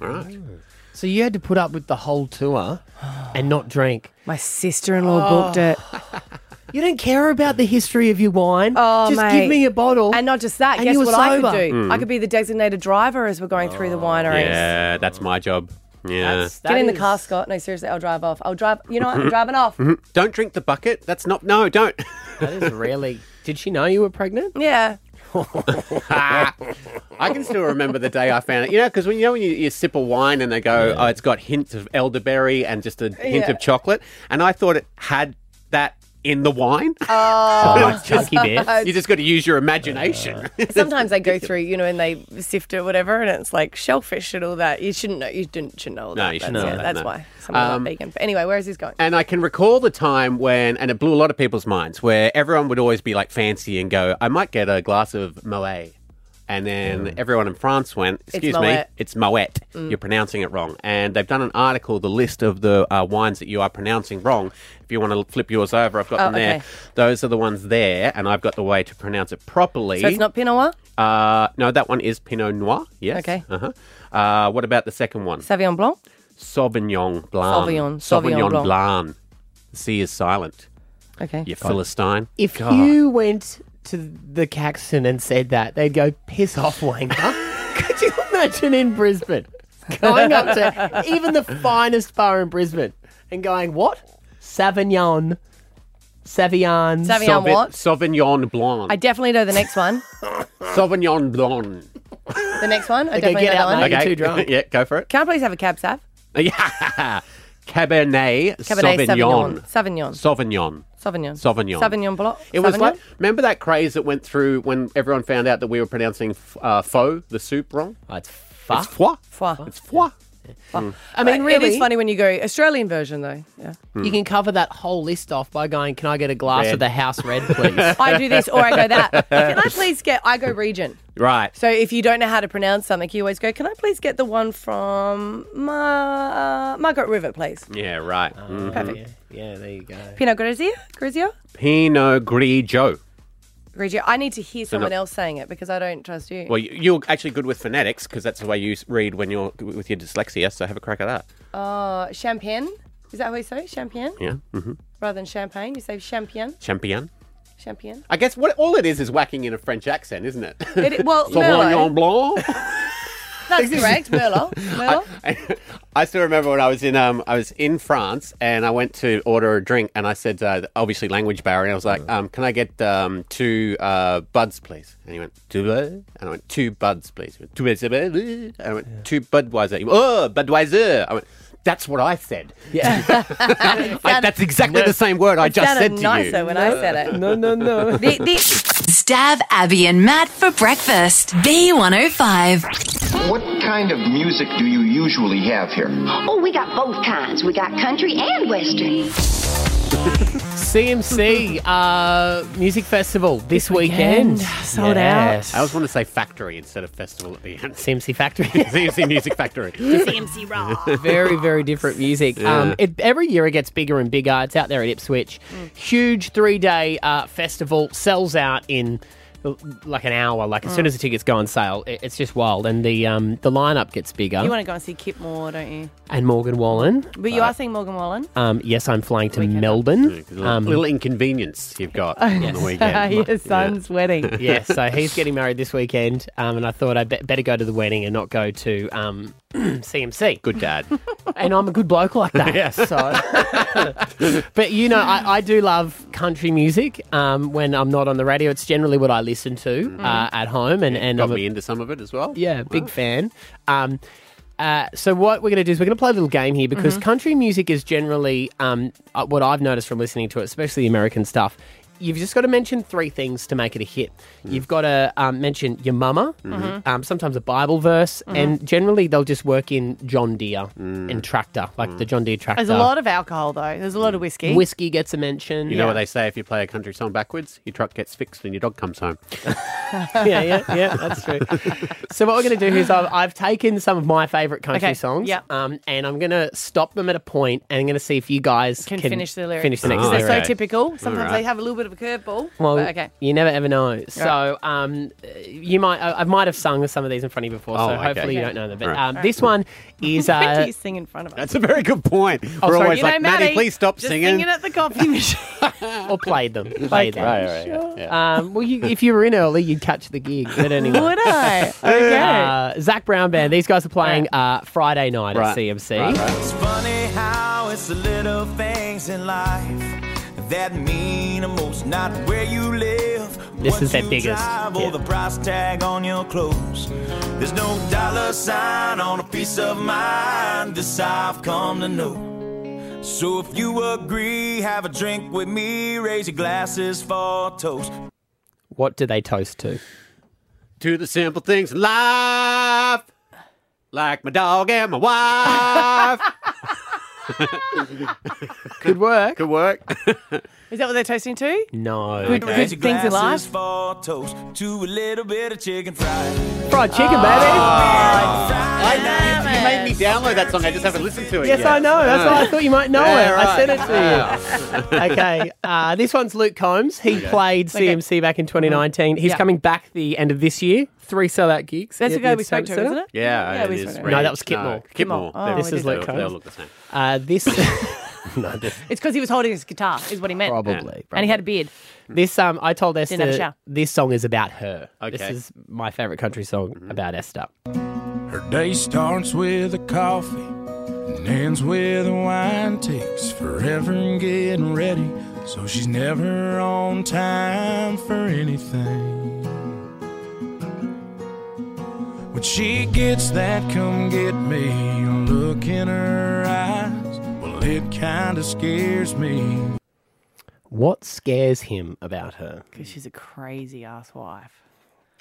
S7: So you had to put up with the whole tour and not drink.
S6: My sister-in-law booked it.
S7: You don't care about the history of your wine.
S6: Oh,
S7: Just
S6: mate.
S7: give me a bottle.
S6: And not just that,
S7: and
S6: guess
S7: you were
S6: what I
S7: sober.
S6: could do?
S8: Mm.
S6: I could be the designated driver as we're going through the wineries.
S8: Oh, yeah. That's my job. Yeah,
S6: Get in the car, Scott. No, seriously, I'll drive off. I'll drive. You know what? I'm driving off.
S8: Mhm. Don't drink the bucket. That's not. No, don't.
S7: that is really. Did she know you were pregnant?
S6: Yeah.
S8: I can still remember the day I found it. You know, because when you know when you, you sip a wine and they go, "Oh, it's got hints of elderberry and just a hint
S6: Yeah.
S8: of chocolate," and I thought it had that in the wine.
S6: Oh,
S8: you just got to use your imagination.
S6: Sometimes they go through, you know, and they sift or whatever, and it's like shellfish and all that. You shouldn't know. You didn't shouldn't know all
S8: No,
S6: that.
S8: you shouldn't
S6: that's,
S8: know
S6: yeah,
S8: that,
S6: That's
S8: no.
S6: why some of them
S8: Um,
S6: are vegan. But anyway, where is this going?
S8: And I can recall the time when, and it blew a lot of people's minds, where everyone would always be like fancy and go, I might get a glass of Moet. And then everyone in France went, excuse me,
S6: Mm. Moet."
S8: it's Moet.
S6: Mm.
S8: You're pronouncing it wrong. And they've done an article, the list of the uh, wines that you are pronouncing wrong. If you want to flip yours over, I've got
S6: Oh,
S8: them there.
S6: okay.
S8: Those are the ones there, and I've got the way to pronounce it properly.
S6: So it's not Pinot Noir,
S8: Uh, no, that one is Pinot Noir. Yes.
S6: Okay.
S8: Uh-huh. Uh, what about the second one?
S6: Sauvignon Blanc.
S8: Sauvignon Blanc.
S6: Sauvignon-
S8: Sauvignon
S6: Sauvignon Blanc.
S8: Blanc. The C is silent.
S6: Okay.
S8: You philistine.
S7: If
S8: God.
S7: you went to the Caxton and said that, they'd go piss off, wanker. Could you imagine in Brisbane going up to even the finest bar in Brisbane and going what Savignon, Savignon,
S6: Sauvignon
S8: Sauvi-
S6: what?
S8: Sauvignon Blanc.
S6: I definitely know the next one.
S8: Sauvignon Blanc.
S6: The next one. I definitely know that one.
S8: Okay. yeah, go for it.
S6: Can I please have a cab, Sav?
S8: Yeah. Cabernet,
S6: Cabernet
S8: Sauvignon.
S6: Sauvignon.
S8: Sauvignon.
S6: Sauvignon.
S8: Sauvignon.
S6: Sauvignon Blanc.
S8: It was
S6: Sauvignon?
S8: like, remember that craze that went through when everyone found out that we were pronouncing f- uh, faux, the soup, wrong?
S7: Oh, it's
S8: foie. It's foie.
S6: Foie.
S8: It's foie. Mm.
S7: I mean,
S6: Uh, It
S7: really-
S6: is funny when you go Australian version though. Yeah.
S7: You can cover that whole list off by going, "Can I get a glass
S8: Hmm. Red.
S7: of the house red, please?"
S6: I do this or I go that. Can I please get? I go region.
S8: Right.
S6: So if you don't know how to pronounce something, you always go, "Can I please get the one from Ma- uh, Margaret River, please?"
S8: Yeah, right. Mhm.
S6: Perfect.
S7: Oh, Yeah, there you go.
S6: Pinot Grigio, Grigio,
S8: Pinot Grigio.
S6: Grigio. I need to hear
S8: So
S6: someone
S8: not-
S6: else saying it because I don't trust you.
S8: Well, you- you're actually good with phonetics because that's the way you s- read when you're with your dyslexia. So have a crack at that.
S6: uh, champagne. Is that how you say it? champagne?
S8: Yeah.
S7: Mm-hmm.
S8: hmm
S6: Rather than champagne, you say champagne.
S8: Champion.
S6: Champagne.
S8: I guess what all it is is whacking in a French accent, isn't it?
S6: It- well,
S8: Sauvignon Blanc.
S6: That's correct. Merlot. Merlot.
S8: I still remember when I was in um I was in France and I went to order a drink and I said uh, obviously language barrier and I was
S7: Mm.
S8: like um can I get um two uh buds please and he went two buds and I went two buds please He went, two buds, uh, uh, uh," and I went two Budweiser He went, oh Budweiser I went that's what I said
S7: yeah
S8: I, that's exactly the same word I
S6: It
S8: just said
S6: sounded
S8: to
S6: nicer
S8: you
S6: when I said it.
S7: No, no, no.
S6: The- the-
S2: Stab Abby and Matt for breakfast. B105.
S16: What kind of music do you usually have here?
S17: Oh, we got both kinds. We got country and western.
S7: CMC uh, Music Festival this weekend. Yes.
S8: I always want to say factory instead of festival at the end
S7: CMC Factory
S8: CMC Music Factory
S7: CMC Very, very different music. Um,
S8: Yeah.
S7: it, every year it gets bigger and bigger. It's out there at Ipswich.
S6: Mm.
S7: Huge three day uh, festival, sells out in l- like an hour. Like as soon
S6: Mm.
S7: as the tickets go on sale, it, it's just wild. And the um, the lineup gets bigger.
S6: You want to go and see Kip Moore, don't you?
S7: and Morgan Wallen.
S6: But
S8: Uh,
S6: you are seeing Morgan Wallen.
S7: Um, yes, I'm flying to Melbourne. Um,
S8: little, little inconvenience you've got
S6: Oh,
S8: on the weekend
S6: Your son's wedding.
S7: yeah, so he's getting married this weekend, um, and I thought I would better go to the wedding and not go to um, CMC.
S8: Good dad.
S7: and I'm a good bloke like that.
S8: Yes.
S7: So, but you know, I, I do love country music. Um, when I'm not on the radio, it's generally what I listen to uh, at home, and and
S8: Mm-hmm. got
S7: I'm a-
S8: me into some of it as well
S7: yeah, big fan. Um, uh, so what we're going to do is we're going to play a little game here because
S8: Mhm.
S7: country music is generally um, uh, what I've noticed from listening to it, especially the American stuff. you've just got to mention three things to make it a hit.
S8: Mm.
S7: You've got to um, mention your mama,
S8: Mhm.
S7: um, sometimes a Bible verse,
S8: Mm-hmm.
S6: Mhm.
S7: and generally they'll just work in John Deere
S8: Mm.
S7: and tractor, like the John Deere tractor.
S6: There's a lot of alcohol though. There's a lot of whiskey.
S7: Whiskey gets a mention.
S8: You know what they say if you play a country song backwards? Your truck gets fixed and your dog comes home.
S7: yeah, yeah, yeah, that's true. so what we're going to do is I've, I've taken some of my favourite country
S6: Okay,
S7: songs,
S6: yeah.
S7: um, and I'm going to stop them at a point, and I'm going to see if you guys can,
S6: Can finish the lyrics.
S7: Finish the next
S6: Because
S7: lyric.
S6: They're so typical. Sometimes they have a little bit of a curveball.
S7: Well,
S6: but okay.
S7: you never ever know. So um, you might I, I might have sung some of these in front of you before,
S8: Oh,
S7: so
S8: okay.
S7: hopefully you
S8: Okay.
S7: don't know them. But
S8: All right.
S7: um, this one is
S6: Why do
S7: uh,
S6: you sing in front of us?
S8: That's a very good point.
S7: Oh,
S8: We're
S7: sorry.
S8: always
S7: You know,
S8: like, Maddie,
S7: Maddie,
S8: please stop
S6: just
S8: singing.
S6: singing at the coffee machine.
S7: or played them. Played them.
S8: Right, right, yeah,
S7: Um, well, you, if you were in early, you'd catch the gig. But anyway,
S6: Would I? Okay.
S7: Uh, Zach Brown Band. These guys are playing uh, Friday night
S8: Right.
S7: at CMC.
S8: Right,
S18: It's funny how it's the little things in life that mean the most, not where you live.
S7: This
S18: what
S7: is their
S18: you
S7: biggest,
S18: Drive, or the price tag on your clothes. There's no dollar sign on a piece of mind. This I've come to know. So if you agree, have a drink with me. Raise your glasses for a toast.
S7: What do they toast to?
S8: Do the simple things in life, like my dog and my wife.
S7: Good work.
S8: Good work.
S6: Is that what they're toasting to?
S7: No.
S6: Good-
S18: Raise
S6: good
S18: your
S6: things in life.
S18: glasses for a toast to a little bit of chicken fried.
S7: Fried chicken,
S6: Ah.
S8: baby. Oh. You made me download that song. I just haven't listened to it
S7: Yes,
S8: yet.
S7: I know. That's why I
S8: Uh.
S7: thought you might know
S8: Yeah,
S7: it. I
S8: right.
S7: sent it to you.
S8: Yeah.
S7: okay. Uh, this one's Luke Combs. He
S8: Okay.
S7: played
S8: Okay.
S7: CMC back in 2019. He's
S6: Uh-huh. Yeah.
S7: coming back the end of this year. Three sellout gigs.
S6: That's
S7: at
S6: the guy we
S7: Entertainment
S6: spoke to,
S7: Centre.
S6: isn't it?
S8: Yeah,
S6: Yeah,
S8: it
S6: we
S8: is
S6: saw it.
S7: No, that was
S8: Rage.
S7: Kidmore.
S8: Kidmore.
S6: Kidmore.
S8: They-
S6: Oh,
S7: this
S6: it
S7: is
S6: is.
S7: Luke
S8: They'll-
S7: Combs.
S8: they'll look the same.
S7: Uh, this. no, this-
S6: It's because he was holding his guitar, is what he meant.
S7: Probably,
S6: And
S7: probably.
S6: he had a beard.
S7: This um, I told Esther
S6: Didn't have a shower.
S7: this song is about her. This
S6: Okay.
S7: is my favorite country song
S8: Mm-hmm.
S7: about Esther.
S18: Her day starts with a coffee and ends with a wine. Takes forever in getting ready, so she's never on time for anything. When she gets that come get me look in her eyes, well, it kinda scares me.
S7: What scares him about her?
S6: Because she's a crazy ass wife.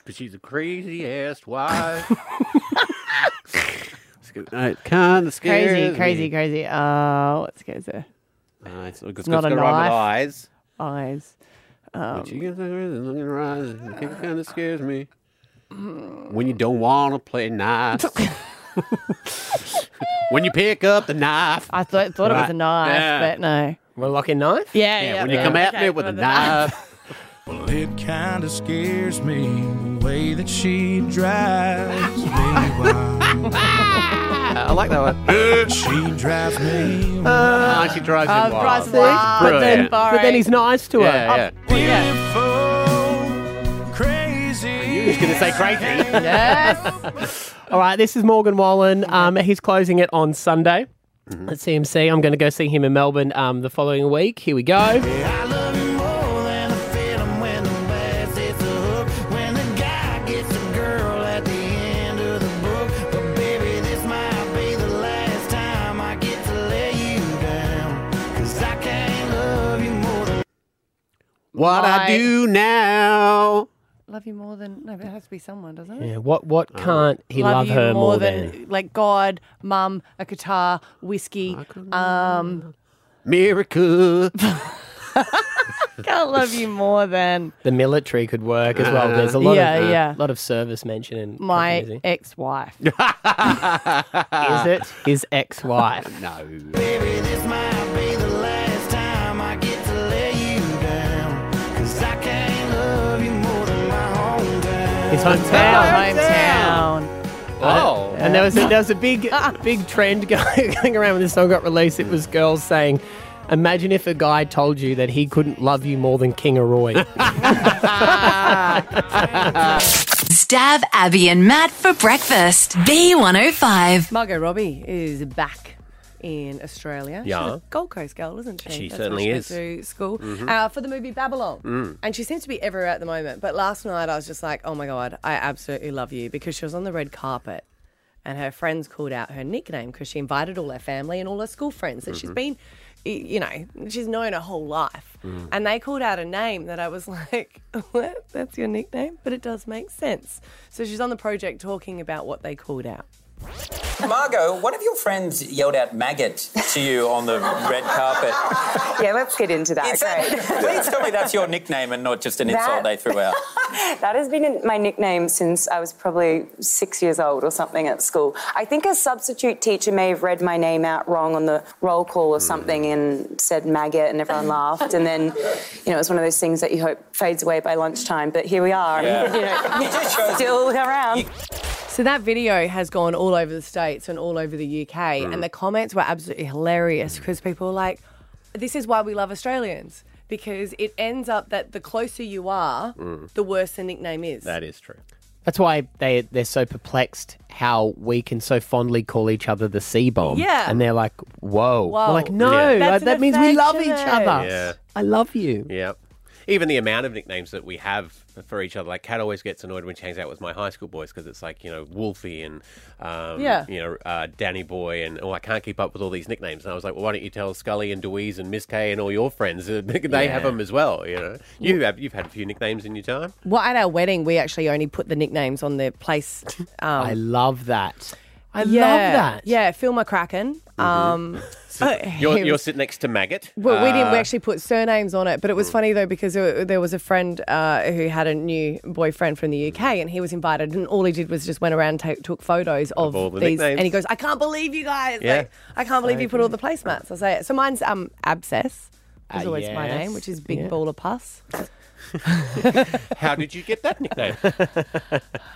S8: Because she's a crazy ass wife. it kind of scares
S6: Crazy,
S8: me.
S6: crazy, crazy. Oh, what scares her?
S8: Uh, it's, it's
S6: not
S8: got to
S6: a
S8: rhyme with
S6: knife.
S8: eyes.
S6: Eyes. Um,
S8: When she gets that crazy look in her eyes, it kind of scares me. When you don't want to play nice. when you pick up the knife.
S6: I thought, thought it was a knife, but no.
S7: We're locking knife?
S6: Yeah, yeah,
S8: when you
S6: yeah.
S8: come at
S6: Okay,
S8: me with a
S6: with a
S8: knife.
S18: Well, it kinda scares me the way that she drives me wild. I
S8: like that
S18: one. she drives me wild.
S8: Ah, she drives him wild.
S6: drives him wild, but then-
S8: Brilliant.
S6: but
S7: But then he's nice to her.
S8: Yeah, yeah.
S18: Crazy.
S8: You're just going to say crazy.
S7: All right, this is Morgan Wallen. Um, he's closing it on Sunday at CMC. I'm going to go see him in Melbourne um, the following week. Here we go.
S8: What I
S6: My-
S8: do now.
S6: Love you more than. No, but it has to be someone, doesn't it?
S7: Yeah, what what can't he love,
S6: you
S7: her more, than?
S6: than, Like God, mum, a guitar, whiskey. Um,
S8: Miracle.
S6: can't love you more than
S7: The military could work as well. There's a lot
S6: Yeah,
S7: of uh,
S6: yeah.
S7: lot of service mention in
S6: my
S7: country music.
S6: ex wife.
S7: Is it his ex-wife?
S8: no.
S7: His hometown. Uh,
S6: Oh, Hometown.
S8: Oh.
S7: And there was a, there was a big big trend going, going around when this song got released. It was girls saying, "Imagine if a guy told you that he couldn't love you more than King of Roy."
S2: Stab Abby and Matt for breakfast. B105.
S6: Margot Robbie is back in Australia.
S8: Yeah.
S6: She's a Gold Coast girl, isn't she?
S8: She
S6: That's
S8: certainly
S6: where
S8: is.
S6: she went To school
S8: Mhm.
S6: uh, for the movie Babylon.
S8: Mm.
S6: And she seems to be everywhere at the moment. But last night I was just like, oh my God, I absolutely love you because she was on the red carpet
S8: Mm-hmm.
S6: and her friends called out her nickname because she invited all her family and all her school friends that she's been y- you know, she's known her whole life.
S19: Mm.
S6: And they called out a name that I was like, what? That's your nickname? But it does make sense. So she's on the project talking about what they called out.
S20: Margot, one of your friends yelled out maggot to you on the red carpet.
S21: Yeah, let's get into that.
S20: Is that- Please tell me that's your nickname and not just an insult
S21: That-
S20: they threw out.
S21: That has been my nickname since I was probably six years old or something at school. I think a substitute teacher may have read my name out wrong on the roll call or something and said maggot, and everyone laughed. And then, you know, it was one of those things that you hope fades away by lunchtime. But here we are, and, you know, still around.
S6: So that video has gone all over the States and all over the UK, and the comments were absolutely
S7: Mm.
S6: hilarious because people were like, this is why we love Australians. Because it ends up that the closer you are,
S7: Mm.
S6: the worse the nickname is.
S7: That
S8: is true.
S7: That's why they they're so perplexed how we can so fondly call each other the C bomb.
S6: Yeah.
S7: and they're like, "Whoa!" We're like, "No, like, that means we love each other."
S8: Yeah.
S7: I love you.
S8: Yeah. Even the amount of nicknames that we have for each other, like Kat always gets annoyed when she hangs out with my high school boys because it's like you know Wolfie and um,
S6: Yeah.
S8: you know uh, Danny Boy and oh I can't keep up with all these nicknames and I was like well why don't you tell Scully and Deweese and Miss K and all your friends uh, they have
S6: Yeah.
S8: them as well you know you have you've had a few nicknames in your time
S6: Well, at our wedding, we actually only put the nicknames on the place. Um,
S7: I love that. I
S6: yeah,
S7: love that. Mm-hmm.
S6: Yeah, Phil McCracken. Um,
S8: So
S6: uh,
S8: you're,
S6: he
S8: you're
S6: was-
S8: sitting next to Maggot
S6: Well, we didn't.
S8: Uh, Hmm.
S6: We actually put surnames on it, but it was funny though because there there was a friend uh, who had a new boyfriend from the UK,
S8: Hmm.
S6: and he was invited, and all he did was just went around and ta- took photos of,
S8: all the
S6: these,
S8: nicknames.
S6: and he goes, "I can't believe you guys!
S8: Yeah.
S6: Like, I can't believe you put all the placemats." I say, "So mine's um abscess."
S8: Ah,
S6: Is always my
S8: yes.
S6: name, which is big
S8: Yeah.
S6: ball of pus.
S8: how did you get that nickname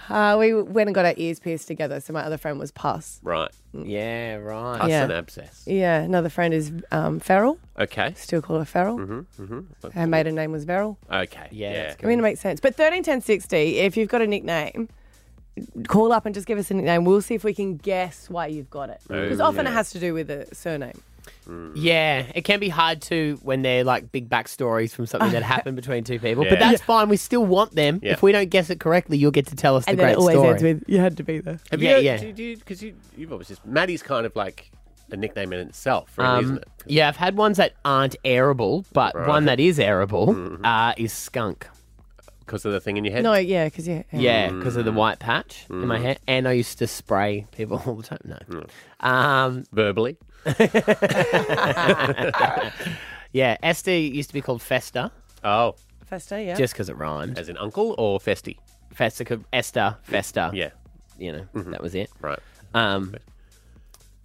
S6: Uh, we went and got our ears pierced together, so my other friend was pus.
S8: right
S7: yeah right
S8: Pus
S6: Yeah.
S8: and abscess
S6: Yeah, another friend is um, Feral.
S8: okay
S6: Still call her Feral.
S8: mm-hmm, mm-hmm.
S6: Her maiden name was Beryl.
S8: okay yeah,
S6: I mean, it makes sense. But thirteen ten sixty. If you've got a nickname, call up and just give us a nickname. We'll see if we can guess why you've got it. Because
S7: Oh,
S6: often
S7: yeah.
S6: it has to do with a surname.
S8: Mm.
S7: Yeah, it can be hard to when they're like big backstories from something that happened between two people,
S6: Yeah.
S7: but that's fine. We still want them.
S6: Yeah.
S7: If we don't guess it correctly, you'll get to tell us
S6: And
S7: the
S6: then it
S7: great
S6: always
S7: story.
S6: ends with "You had to be there."
S8: Have
S7: yeah,
S8: you,
S7: yeah.
S8: Do because you, you, have obviously Maddie's kind of like a nickname in itself, really,
S7: Um,
S8: isn't it?
S7: Yeah, I've had ones that aren't airable, but
S8: Right. Mm-hmm.
S7: one that is airable uh, is skunk.
S8: Because of the thing in your head? Mm.
S6: No, yeah, because yeah,
S7: Yeah, because of the white patch in my
S8: Mhm.
S7: hair. And I used to spray people all the time. No. Um,
S8: Verbally.
S7: yeah, SD used to be called Festa.
S8: Oh.
S6: Festa, yeah.
S7: Just because it rhymed.
S8: As an uncle or Festy?
S7: Festa, could- Esther, Festa.
S8: Yeah. Mm-hmm.
S7: You know, that was it.
S8: Right.
S7: Um,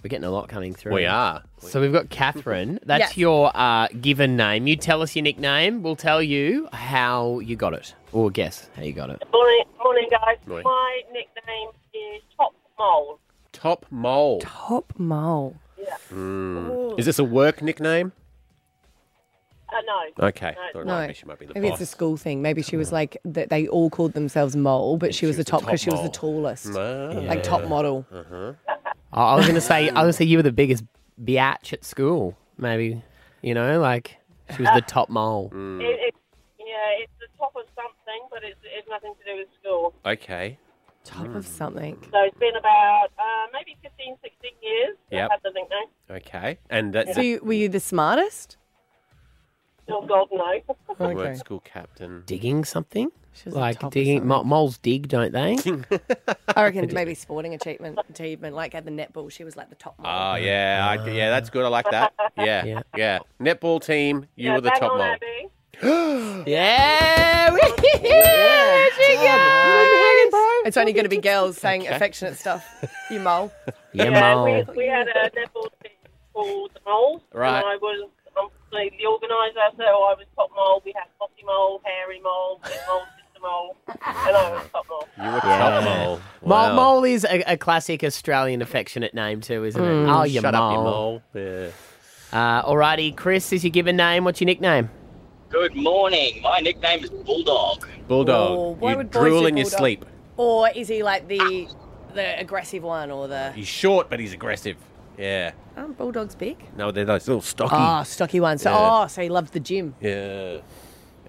S7: we're getting a lot coming through.
S8: We are.
S7: So we've got Catherine. That's
S8: Yes.
S7: your uh, given name. You tell us your nickname. We'll tell you how you got it, or guess how you got it.
S22: Morning, morning guys.
S7: Morning.
S22: My nickname is Top Mole.
S8: Top Mole.
S6: Top Mole.
S22: Yeah.
S8: Mm.
S22: Ooh.
S8: Is this a work nickname?
S22: Uh, no.
S8: Okay.
S22: No.
S8: Thought maybe she might be the
S6: maybe
S8: boss. Mm.
S6: it's a school thing. Maybe she was like that. They all called themselves Mole, but she, was the top because she was the tallest, like top model.
S8: Uh-huh.
S7: I I was gonna say, I was gonna say you were the biggest biatch at school. Maybe, you know, like she was the top mole.
S22: Uh,
S7: Mm.
S22: It, it, yeah, it's the top of something, but it's, it's nothing to do with school.
S8: Okay.
S6: Top
S8: Mm.
S6: of something.
S22: So it's been about uh, maybe 15, 16 years.
S8: Yep.
S22: I've had the nickname.
S8: Okay. And that's
S6: So you, were you the smartest?
S22: Still God, no.
S8: Work school captain.
S7: Digging something,
S6: the
S7: like digging. mo- Moles dig, don't they?
S6: I reckon maybe sporting achievement, achievement like at the netball, she was like the top.
S8: Oh, yeah. I, yeah, that's good. I like that. Yeah. yeah. Netball team, you were the top mole.
S6: yeah, we- Oh, yeah, she got it. It's only going to be girls saying affectionate stuff. You mole.
S7: Yeah, Yeah, we- mole.
S22: We had a netball team called the Moles.
S7: Right.
S22: And I was obviously the organiser, so I was Top Mole. We had Mossy Mole, Hairy Mole, Big Mole, Sister Mole, and I was Top Mole.
S8: You were
S7: Yeah.
S8: top mole.
S7: Mole,
S8: Wow.
S7: mole is a, a classic Australian affectionate name too, isn't it?
S8: Mm.
S7: Oh, you
S8: Shut
S7: mole.
S8: up, you mole. Yeah.
S7: Uh, alrighty, Chris is your given name. What's your nickname?
S23: Good morning. My nickname is Bulldog.
S8: Bulldog.
S6: Oh, why
S8: you
S6: would boys
S8: drool
S6: do
S8: in your
S6: bulldog?
S8: sleep.
S6: Or is he like the the aggressive one or the?
S8: He's short, but he's aggressive. Yeah.
S6: Aren't bulldogs big?
S8: No, they're those little stocky.
S6: Ah, stocky one. So
S8: Yeah.
S6: oh, so he loves the gym.
S8: Yeah.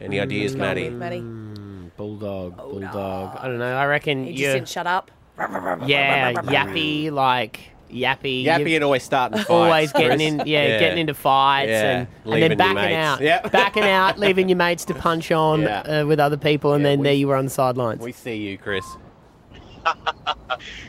S8: Any ideas,
S6: Go
S8: Maddie?
S6: with Maddie.
S7: Mm,
S6: Oh,
S7: Bulldog, bulldog. I don't know. I reckon
S6: He just
S7: you.
S6: didn't shut up.
S7: Yeah, yappy, like yappy.
S1: Yappy
S7: You-
S1: and always starting fights.
S7: Always getting
S1: Chris.
S7: in, yeah, getting into fights
S1: Yeah.
S7: and, and
S1: Leaving
S7: then
S1: your
S7: backing
S1: mates.
S7: out,
S1: Yeah.
S7: backing out, leaving your mates to punch on
S1: Yeah.
S7: uh, with other people, and then there you were on the sidelines.
S1: We see you, Chris.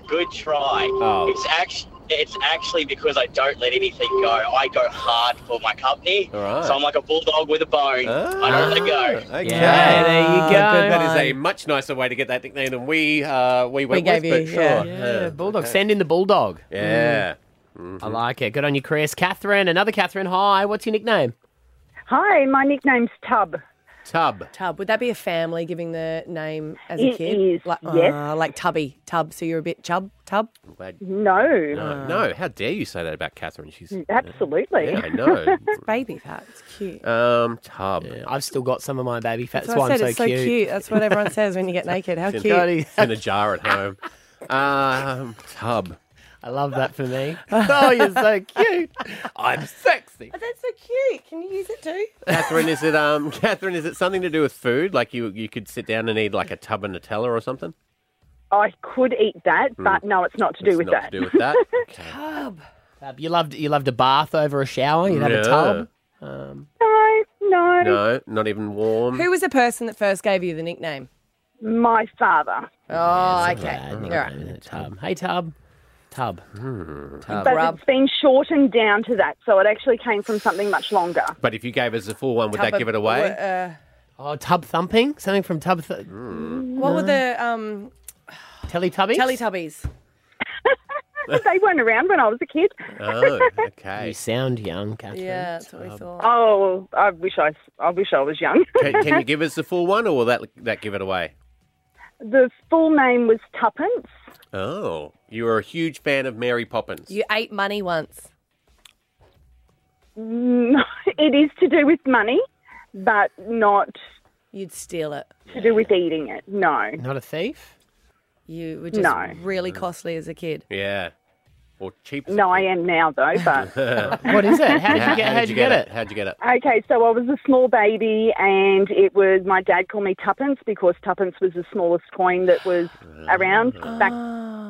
S23: Good try.
S1: Oh.
S23: It's actually it's actually because I don't let anything go. I go hard for my company.
S1: All right.
S23: So I'm like a bulldog with a bone. I don't let it go.
S1: Ah, Okay.
S7: Yeah, there you
S1: Ah,
S7: go.
S1: That that is a
S7: Fine.
S1: much nicer way to get that nickname than we uh, we
S7: We
S1: went
S7: gave
S1: with,
S7: you,
S1: but
S7: yeah.
S1: sure.
S7: Yeah, bulldog. Send in the bulldog.
S1: Yeah.
S7: Mm. I like it. Good on you, Chris. Catherine, another Catherine. Hi, what's your nickname?
S3: Hi, my nickname's Tub.
S7: Tub.
S6: Tub. Would that be a family giving the name as a
S3: It
S6: kid?
S3: is,
S6: Like,
S3: yes.
S6: uh, like Tubby. Tub. So you're a bit chub. Tub. Ah.
S3: No. Mm,
S1: No, no, how dare you say that about Catherine? She's
S3: Absolutely.
S1: Yeah, I know.
S6: It's baby fat. It's cute.
S1: um tub.
S7: I've still got some of my baby fat.
S6: That's, why, I said it's so cute. That's what everyone says when you get naked. How
S1: It's
S6: cute.
S1: in, it's in a jar at home. Um, tub.
S7: I love that for me.
S6: Oh, you're
S7: so cute.
S1: I'm sexy.
S6: Oh, that's so cute. Can you use it too?
S1: Catherine, is it um Catherine, is it something to do with food? Like you you could sit down and eat like a tub of Nutella or something?
S3: I could eat that, but no, it's not to do
S1: Hmm. It's
S3: with
S1: not
S3: that.
S1: to do with that.
S7: Tub. You loved you loved a bath over a shower. You'd have
S1: Yeah.
S7: a tub. Um,
S3: no, no.
S1: No, not even warm.
S6: Who was the person that first gave you the nickname?
S3: My father.
S6: Oh,
S7: it's
S6: okay.
S7: not
S6: All
S7: bad.
S6: right.
S7: tub. Hey, tub. Tub.
S1: Hmm. Um,
S3: But
S7: Tub.
S3: it's been shortened down to that, so it actually came from something much longer.
S1: But if you gave us the full one, would
S3: Tub
S1: that give
S3: of-
S1: it
S6: uh,
S1: away?
S7: oh, tub thumping. Something from tub. Th-
S1: Hmm.
S6: What were the um,
S7: Teletubbies?
S6: Teletubbies.
S3: they weren't around when I was a kid.
S1: Oh, okay. Um,
S7: You sound young, Catherine.
S3: Yeah,
S6: that's what we thought.
S3: Oh, I wish I, I wish I was young.
S1: Can, can you give us the full one, or will that that give it away?
S3: The full name was Tuppence.
S1: Oh, you were a huge fan of Mary Poppins.
S6: You ate money once.
S3: No, Mm, it is to do with money, but not
S6: You'd steal it.
S3: to do with eating it. No.
S7: Not a thief?
S6: You were just
S3: No.
S6: really costly as a kid.
S1: Yeah, or cheap.
S3: No, I am now though, but
S7: What is it? How did you
S1: How-
S7: get?
S1: how did
S7: How did
S1: you
S7: you get
S1: get
S7: it?
S1: it? How'd you get it?
S3: Okay, so I was a small baby, and it was my dad called me Tuppence because Tuppence was the smallest coin that was around
S1: Ah.
S3: back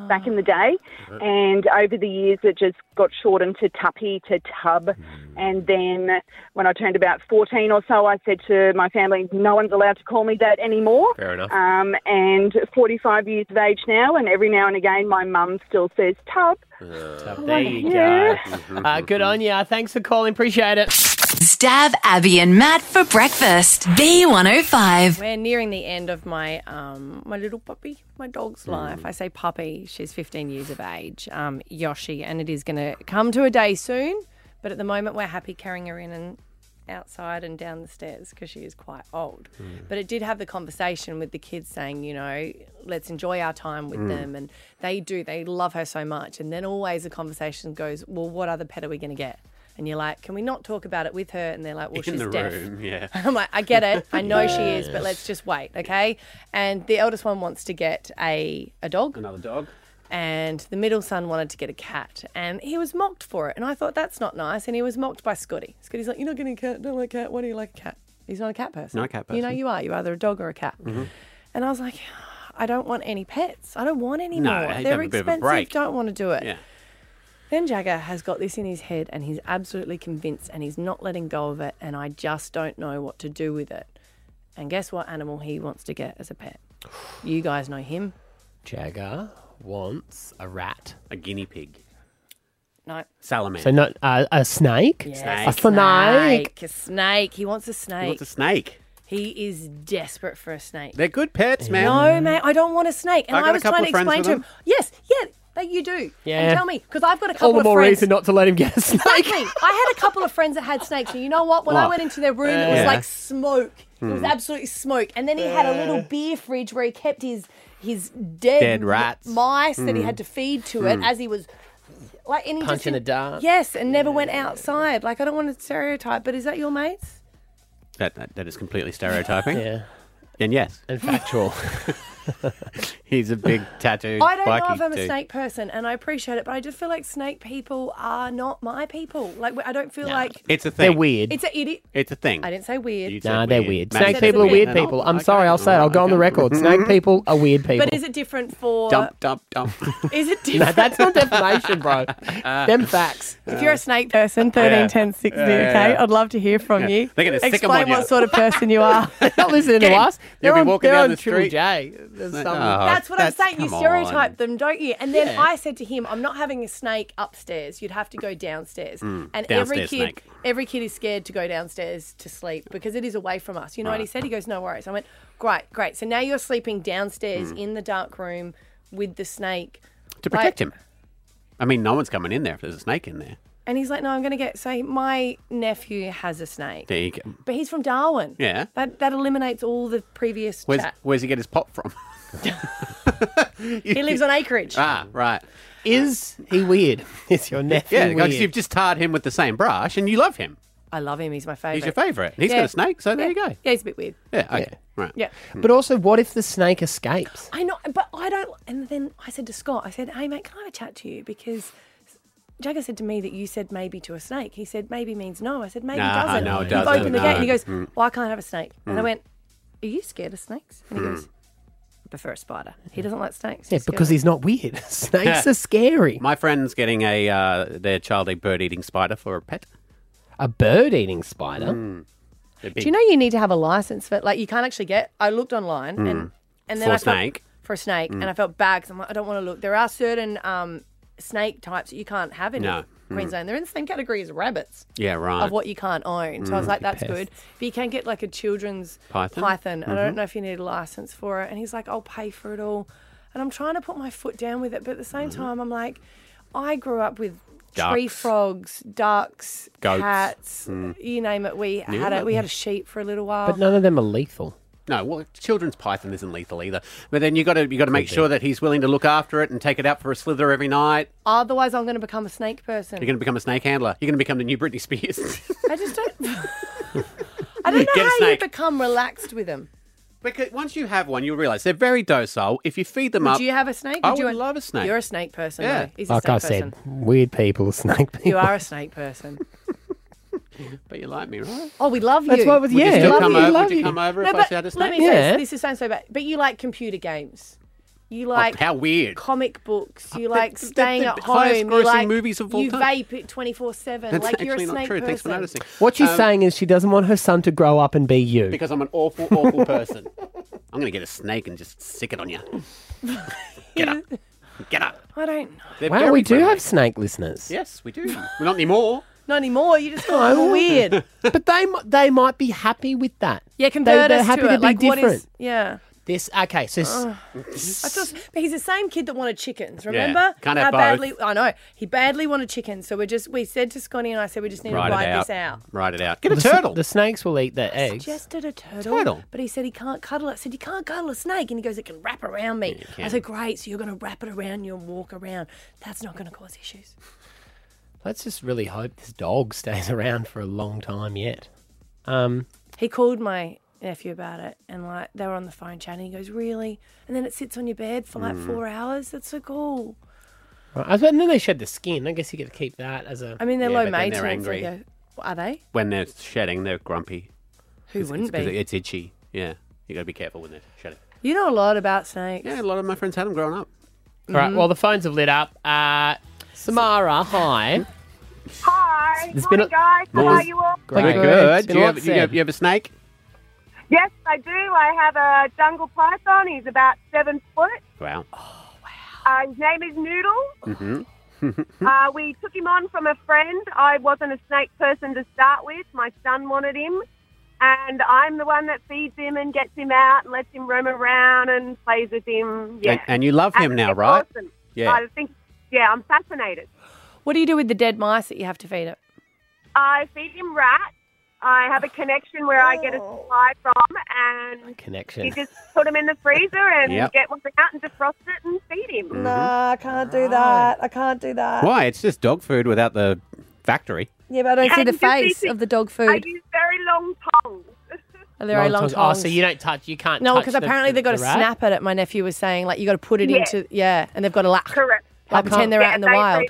S3: back in the day. And over the years, it just got shortened to Tuppy to Tub.
S1: Hmm.
S3: And then when I turned about 14 or so, I said to my family, no one's allowed to call me that anymore.
S1: Fair enough.
S3: Um, and 45 years of age now, and every now and again, my mum still says Tub.
S1: Uh,
S7: Tub. There you
S3: Yeah.
S7: go. Uh, good on you. Thanks for calling. Appreciate it.
S2: Stab Abby and Matt for breakfast. B105.
S6: We're nearing the end of my um, my little puppy, my dog's
S7: Hmm.
S6: life. I say puppy. She's 15 years of age, um, Yoshi, and it is going to come to a day soon. But at the moment, we're happy carrying her in and outside and down the stairs because she is quite old.
S1: Hmm.
S6: But it did have the conversation with the kids saying, you know, let's enjoy our time with
S1: Hmm.
S3: Mm.
S6: them, and they do. They love her so much. And then always the conversation goes, well, what other pet are we going to get? And you're like, can we not talk about it with her? And they're like, well,
S1: In
S6: she's
S1: the
S6: deaf.
S1: room, yeah.
S6: I'm like, I get it. I know she is,
S1: Yes.
S6: but let's just wait, okay? And the eldest one wants to get a, a dog.
S1: Another dog.
S6: And the middle son wanted to get a cat. And he was mocked for it. And I thought, that's not nice. And he was mocked by Scotty. Scotty's like, you're not getting a cat. Don't like a cat. Why do you like a cat? He's not a cat person.
S19: Not a cat
S6: You know,
S19: person. Mm-hmm.
S6: you are. You're either a dog or a cat. And I was like, I don't want any pets. I don't want any
S19: No,
S6: more.
S19: have
S6: They're
S19: a bit of a
S6: expensive.
S19: break.
S6: Don't want to do it.
S19: Yeah.
S6: Then Jagger has got this in his head and he's absolutely convinced and he's not letting go of it. And I just don't know what to do with it. And guess what animal he wants to get as a pet? You guys know him.
S7: Jagger wants a rat.
S1: A guinea pig.
S6: No.
S1: Salamander.
S7: So not uh, a snake.
S6: Yes,
S7: A snake.
S6: A snake. He wants a snake.
S7: wants a snake.
S6: He is desperate for a snake.
S1: They're good pets, man.
S6: No, mate, I don't want a snake. And
S1: I
S6: I,
S1: got a
S6: was
S1: couple
S6: trying to
S1: of friends
S6: explain
S1: with
S6: to him,
S1: them.
S6: yes, yeah, that you do.
S7: Yeah.
S6: And tell me, because I've got a couple
S7: All the
S6: of
S7: more
S6: friends.
S7: reason not to let him get a snake.
S6: Exactly. I had a couple of friends that had snakes, and you know what? When I
S7: What?
S6: went into their room, it was
S7: Oh. Yeah.
S6: like smoke. It was
S7: Hmm.
S6: absolutely smoke. And then he had a little
S7: Yeah.
S6: beer fridge where he kept his his dead,
S7: Dead rats.
S6: mice that he
S7: Hmm.
S6: had to feed to it
S7: Hmm.
S6: as he was like and he just
S7: Punching a
S6: didn't-
S7: dart.
S6: Yes, and never went outside. Like I don't want to stereotype, but is that your mates?
S19: That, that, that is completely stereotyping.
S7: yeah.
S19: And yes.
S7: And factual.
S8: He's a big tattooed
S6: I don't know
S8: bikie
S6: if I'm a
S8: dude.
S6: snake person, and I appreciate it, but I just feel like snake people are not my people. Like I don't feel like
S8: It's a thing. They're weird.
S6: It's a idiot.
S8: It's a thing.
S6: I didn't say weird.
S8: You said
S7: Nah, they're weird.
S8: Maddie
S7: Snake
S8: said
S7: people are
S8: weird.
S7: weird
S8: No, no,
S7: people. I'm sorry, I'll say it. I'll go on the record. Snake people are weird people.
S6: But is it different for?
S7: Dump,
S8: dump, dump.
S6: Is it
S7: no,
S6: different?
S7: that's not defamation, bro. Them facts.
S6: If you're a snake person, thirteen ten sixty,
S7: Yeah, yeah,
S6: okay?
S7: yeah.
S6: I'd love to hear from
S7: Yeah.
S6: you.
S7: They're gonna sick 'em
S6: Explain
S7: on
S6: what
S7: you.
S6: sort of person you are.
S7: They're not listening to us. They're
S8: You'll be
S7: on,
S8: walking
S7: they're
S8: down
S7: on
S8: the
S7: Triple
S8: street.
S7: J. There's
S8: No,
S7: some-
S8: no,
S6: That's what I'm saying. You
S8: come
S6: stereotype
S8: on.
S6: them, don't you? And then
S8: Yeah.
S6: I said to him, "I'm not having a snake upstairs. You'd have to go downstairs."
S8: Mm,
S6: and every
S8: downstairs
S6: kid,
S8: snake.
S6: every kid is scared to go downstairs to sleep because it is away from us. You know what he
S8: Right.
S6: said? He goes, "No worries." I went, "Great, great." So now you're sleeping downstairs
S8: Mm.
S6: in the dark room with the snake
S8: To
S6: Like-
S8: protect him. I mean, no one's coming in there if there's a snake in there.
S6: And he's like, "No, I'm going to get." So my nephew has a snake,
S8: There you go.
S6: but he's from Darwin.
S8: Yeah.
S6: That that eliminates all the previous
S8: Where's,
S6: chat.
S8: where's he get his pop from?
S6: He lives on acreage.
S8: ah, right.
S7: Is he weird? Is your nephew
S8: Yeah, because
S7: weird?
S8: you've just tarred him with the same brush and you love him.
S6: I love him. He's my favorite.
S8: He's your favourite. He's got a snake, so there you go.
S6: Yeah, he's a bit weird.
S8: Yeah, okay. Right. Hmm.
S6: Yeah.
S7: But also, what if the snake escapes?
S6: I know, but I don't. And then I said to Scott, I said, "Hey, mate, can I have a chat to you?" Because Jagger said to me that you said maybe to a snake. He said maybe means no. I said maybe
S8: Nah,
S6: doesn't.
S8: no, it
S6: You've
S8: doesn't,
S6: opened the gate, and he
S8: no.
S6: goes,
S8: Mm.
S6: "Well, I can't have a snake." And I
S8: Mm.
S6: went, "Are you scared of snakes?" And he
S8: Mm.
S6: goes, "I prefer a spider. He doesn't like snakes."
S7: Yeah,
S6: scared
S7: because
S6: of
S7: he's not weird. Snakes are scary.
S8: My friend's getting a uh, their child a bird eating spider for a pet. Mm.
S7: A bird eating spider?
S6: Do you know you need to have a license for like you can't actually get? I looked online and
S8: Mm.
S6: and then
S8: For
S6: I
S8: a
S6: felt-
S8: snake?
S6: for a snake and
S8: Mm.
S6: I felt bad because I'm like I don't want to look. There are certain um, snake types that you can't have in
S8: No. Mm.
S6: Queensland. They're in the same category as rabbits
S8: Yeah, right.
S6: of what you can't own. So I was
S8: Mm.
S6: like, that's
S8: Pests.
S6: good. But you can get like a children's
S8: Python?
S6: and I don't
S8: Mhm.
S6: know if you need a license for it. And he's like, I'll pay for it all. And I'm trying to put my foot down with it, but at the same time, I'm like, I grew up with tree
S8: Mm-hmm. Ducks.
S6: frogs, ducks,
S7: Goats.
S6: cats,
S7: Mm.
S6: you name it. We
S8: Yeah.
S6: had a, we had a sheep for a little while.
S7: But none of them are lethal.
S8: No, well, children's python isn't lethal either. But then you got to you got to make sure that he's willing to look after it and take it out for a slither every night.
S6: Otherwise, I'm going to become a snake person.
S8: You're going to become a snake handler. You're going to become the new Britney Spears.
S6: I just don't. I don't know
S8: Get a
S6: how you
S8: snake.
S6: become relaxed with them.
S8: because once you have one, you'll realize they're very docile. If you feed them
S6: Would
S8: up,
S6: you have a snake?
S8: I
S6: you
S8: would love a snake.
S6: You're a snake person.
S8: Yeah.
S6: though. He's a
S7: Like
S6: snake
S7: I
S6: person.
S7: said, weird people, snake people.
S6: You are a snake person.
S8: but you like me, right?
S6: Oh, we love you.
S7: That's why I was- Would you yeah. still
S6: Love
S7: come
S6: you,
S7: over- would
S6: love
S7: you come over
S6: no,
S7: if I
S6: but
S7: said a
S6: Let
S7: snake?
S6: me say this.
S7: Yeah.
S6: this is sounds so bad. But you like computer games. You like
S8: Oh, how weird. Uh,
S6: comic books. You like staying
S8: the
S6: at
S8: highest
S6: home. You
S8: grossing
S6: like
S8: movies of all
S6: you
S8: time.
S6: vape it twenty four seven.
S8: That's
S6: Like you're a
S8: actually
S6: snake
S8: not true.
S6: person.
S8: Thanks for noticing.
S7: What she's
S8: Um,
S7: saying is she doesn't want her son to grow up and be you.
S8: Because I'm an awful, awful person. I'm going to get a snake and just sick it on you. Get up. Get up.
S6: I don't know.
S8: They're
S7: wow,
S8: very
S7: we do
S8: friendly.
S7: have snake listeners.
S8: Yes, we do. well, not anymore.
S6: Not anymore. You just call them Oh, weird.
S7: Oh, but they mi- they might be happy with that.
S6: Yeah,
S7: they,
S6: convert
S7: they're
S6: us
S7: happy
S6: to,
S7: to,
S6: it.
S7: be
S6: like
S7: different.
S6: what is? Yeah.
S7: This okay, so s-
S6: Ugh. I just, but he's the same kid that wanted chickens.
S7: Yeah,
S6: Remember?
S7: can't have
S6: How
S7: both.
S6: badly? I know he badly wanted chickens. So we just we said to Scotty and I said we just need to ride this out.
S8: Write it out.
S7: Get a turtle. The snakes will eat their eggs.
S6: Suggested a turtle,
S7: Turtle.
S6: but he said he can't cuddle it. I said you can't cuddle a snake, and he goes it can wrap around me.
S7: can.
S6: I said great, so you're going to wrap it around you and walk around. That's not going to cause issues.
S7: Let's just really hope this dog stays around for a long time yet. Um,
S6: He called my nephew about it, and like they were on the phone chatting. He goes really, and then it sits on your bed for like
S7: Mm.
S6: four hours. That's so cool.
S7: right, I was- and then they shed the skin. I guess you get to keep that as a.
S6: I mean they're
S8: Yeah,
S6: low
S8: but then
S6: maintenance.
S8: they're
S6: they
S8: angry.
S6: go, are they?
S8: When they're shedding, they're grumpy.
S6: Who
S8: It's-
S6: wouldn't
S8: it's 'cause
S6: be?
S8: It's itchy. Yeah. you got to be careful when they're shedding.
S6: You know a lot about snakes. Yeah,
S8: a lot of my friends had them growing up.
S7: All right.
S6: Mm-hmm.
S7: Well, the phones have lit up. Uh, Samara, hi.
S22: Hi.
S7: It's been
S22: Morning,
S7: a-
S22: guys. How
S7: Morning.
S22: are you all?
S7: Great.
S8: We're
S7: Good. It's
S8: good.
S7: been
S8: Do you,
S7: a
S8: have,
S7: lot
S8: do you have-
S7: said.
S8: you have a snake?
S22: Yes, I do. I have a jungle python. He's about seven foot.
S8: Wow.
S22: Uh, his name is Noodle.
S8: hmm
S22: Uh, we took him on from a friend. I wasn't a snake person to start with. My son wanted him. And I'm the one that feeds him and gets him out and lets him roam around and plays with him. Yeah.
S8: And, and you love him
S22: And
S8: now,
S22: it's
S8: right?
S22: awesome.
S8: Yeah.
S22: I think, yeah, I'm fascinated.
S6: What do you do with the dead mice that you have to feed it?
S22: I feed him rats. I have a connection where I get a
S6: Oh.
S22: supply from, and
S7: Connection.
S22: you just put him in the freezer and
S8: Yep.
S22: get one out and defrost it and feed him.
S7: Mm-hmm.
S6: Nah, I can't do that. Uh, I can't do
S22: uh,
S6: that.
S8: Why? It's just dog food without the factory.
S6: Yeah, but I don't see
S22: And
S6: the
S22: just eat
S6: face
S22: it.
S6: of the dog
S22: I
S6: food.
S22: use very long tongs.
S6: Are there any long
S7: Oh, so
S6: tongs?
S7: you don't touch. You can't.
S6: No,
S7: touch
S6: because
S7: the-
S6: apparently
S7: the-
S6: they've got
S7: the
S6: to
S7: rat?
S6: snap at it. My nephew was saying, like, you got to put it
S22: Yeah.
S6: into, yeah, and they've got to like,
S22: Correct.
S6: like pretend they're
S22: Yeah,
S6: out in the
S22: they-
S6: wild.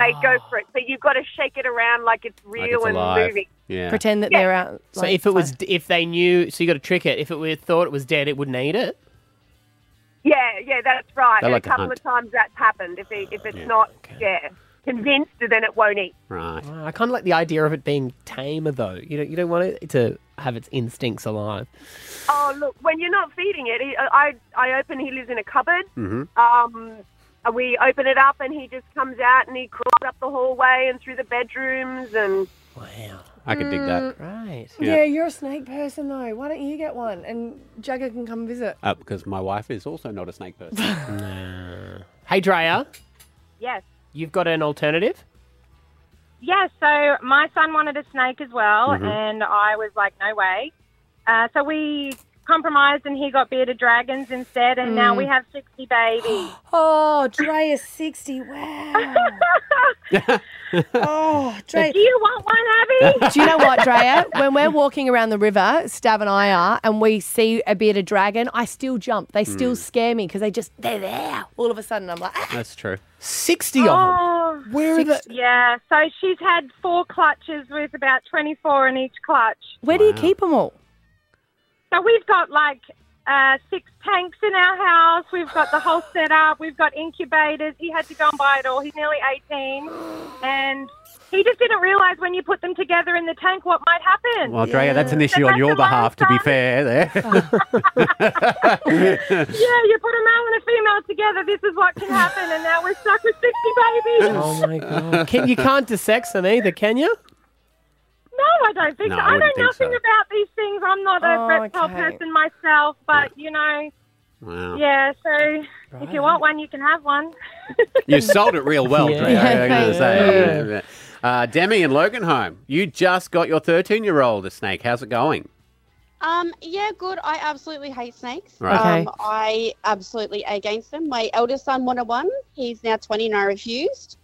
S22: They, they go for it, but you've got to shake it around like it's real
S7: it's
S22: and
S7: alive.
S22: moving.
S7: Yeah.
S6: Pretend that
S22: Yeah.
S6: they're out.
S7: So
S6: like,
S7: if it was, if they knew, so you got to trick it. If it were thought it was dead, it wouldn't eat it.
S22: Yeah, yeah, that's right.
S7: They
S22: and
S7: like to
S22: a couple
S7: hunt.
S22: of times that's happened. If it, if it's
S7: Yeah,
S22: not, yeah, convinced, then it won't eat.
S7: Right. Ah, I kind of like the idea of it being tamer, though. You don't, you don't want it to have its instincts alive.
S22: Oh, look, when you're not feeding it, he, uh, I, I open, he lives in a cupboard.
S7: Mm-hmm.
S22: Um, and we open it up and he just comes out and he crawls up the hallway and through the bedrooms and.
S8: I could dig that.
S7: Right.
S6: Yeah. you're a snake person though. Why don't you get one and Jagger can come visit?
S8: Uh, because my wife is also not a snake person.
S7: Hey, Drea,
S24: Yes.
S7: you've got an alternative.
S24: Yeah, so my son wanted a snake as well,
S6: Mm-hmm.
S7: Mhm.
S24: and I was like, no way. Uh, so we compromised, and he got bearded dragons instead, and now
S6: Mm.
S24: we have 60 babies.
S6: Oh, Dre is 60. Wow. oh, Dre.
S24: Do you want one, Abby?
S6: Do you know what, Drea? When we're walking around the river, Stav and I are, and we see a bearded dragon, I still jump. They still
S8: Mm.
S6: scare me because they just, they're there. All of a sudden, I'm like, ah.
S8: That's true.
S7: 60
S24: Oh,
S7: Where are the-
S24: Yeah, so she's had four clutches with about 24 in each clutch.
S6: where do you keep them all?
S24: So we've got like uh, six tanks in our house. We've got the whole setup. We've got incubators. He had to go and buy it all. He's nearly 18. And he just didn't realize when you put them together in the tank what might happen.
S8: Well, Drea, that's an
S24: So
S8: issue on
S24: that's
S8: your
S24: a lot
S8: behalf, to be fair, there.
S24: of- Yeah, you put a male and a female together. This is what can happen. And now we're stuck with 60 babies.
S7: Oh my god! Can, you can't dissex them either, can you?
S24: No, I don't think
S7: No,
S24: so.
S7: I
S24: I,
S7: wouldn't
S24: know
S7: think so.
S24: nothing about these things. I'm not a
S6: Oh,
S24: reptile
S6: okay.
S24: person myself, but you know,
S8: Wow.
S24: yeah. So if you want one, you can have one.
S8: You sold it real well, Drea. I gotta say.
S24: Yeah.
S8: Uh, Demi and Loganholm, you just got your 13 year old a snake. How's it going?
S9: Um, yeah, good. I absolutely hate snakes.
S8: Right.
S9: Um, I absolutely against them. My eldest son wanted one. He's now 20 and I refused.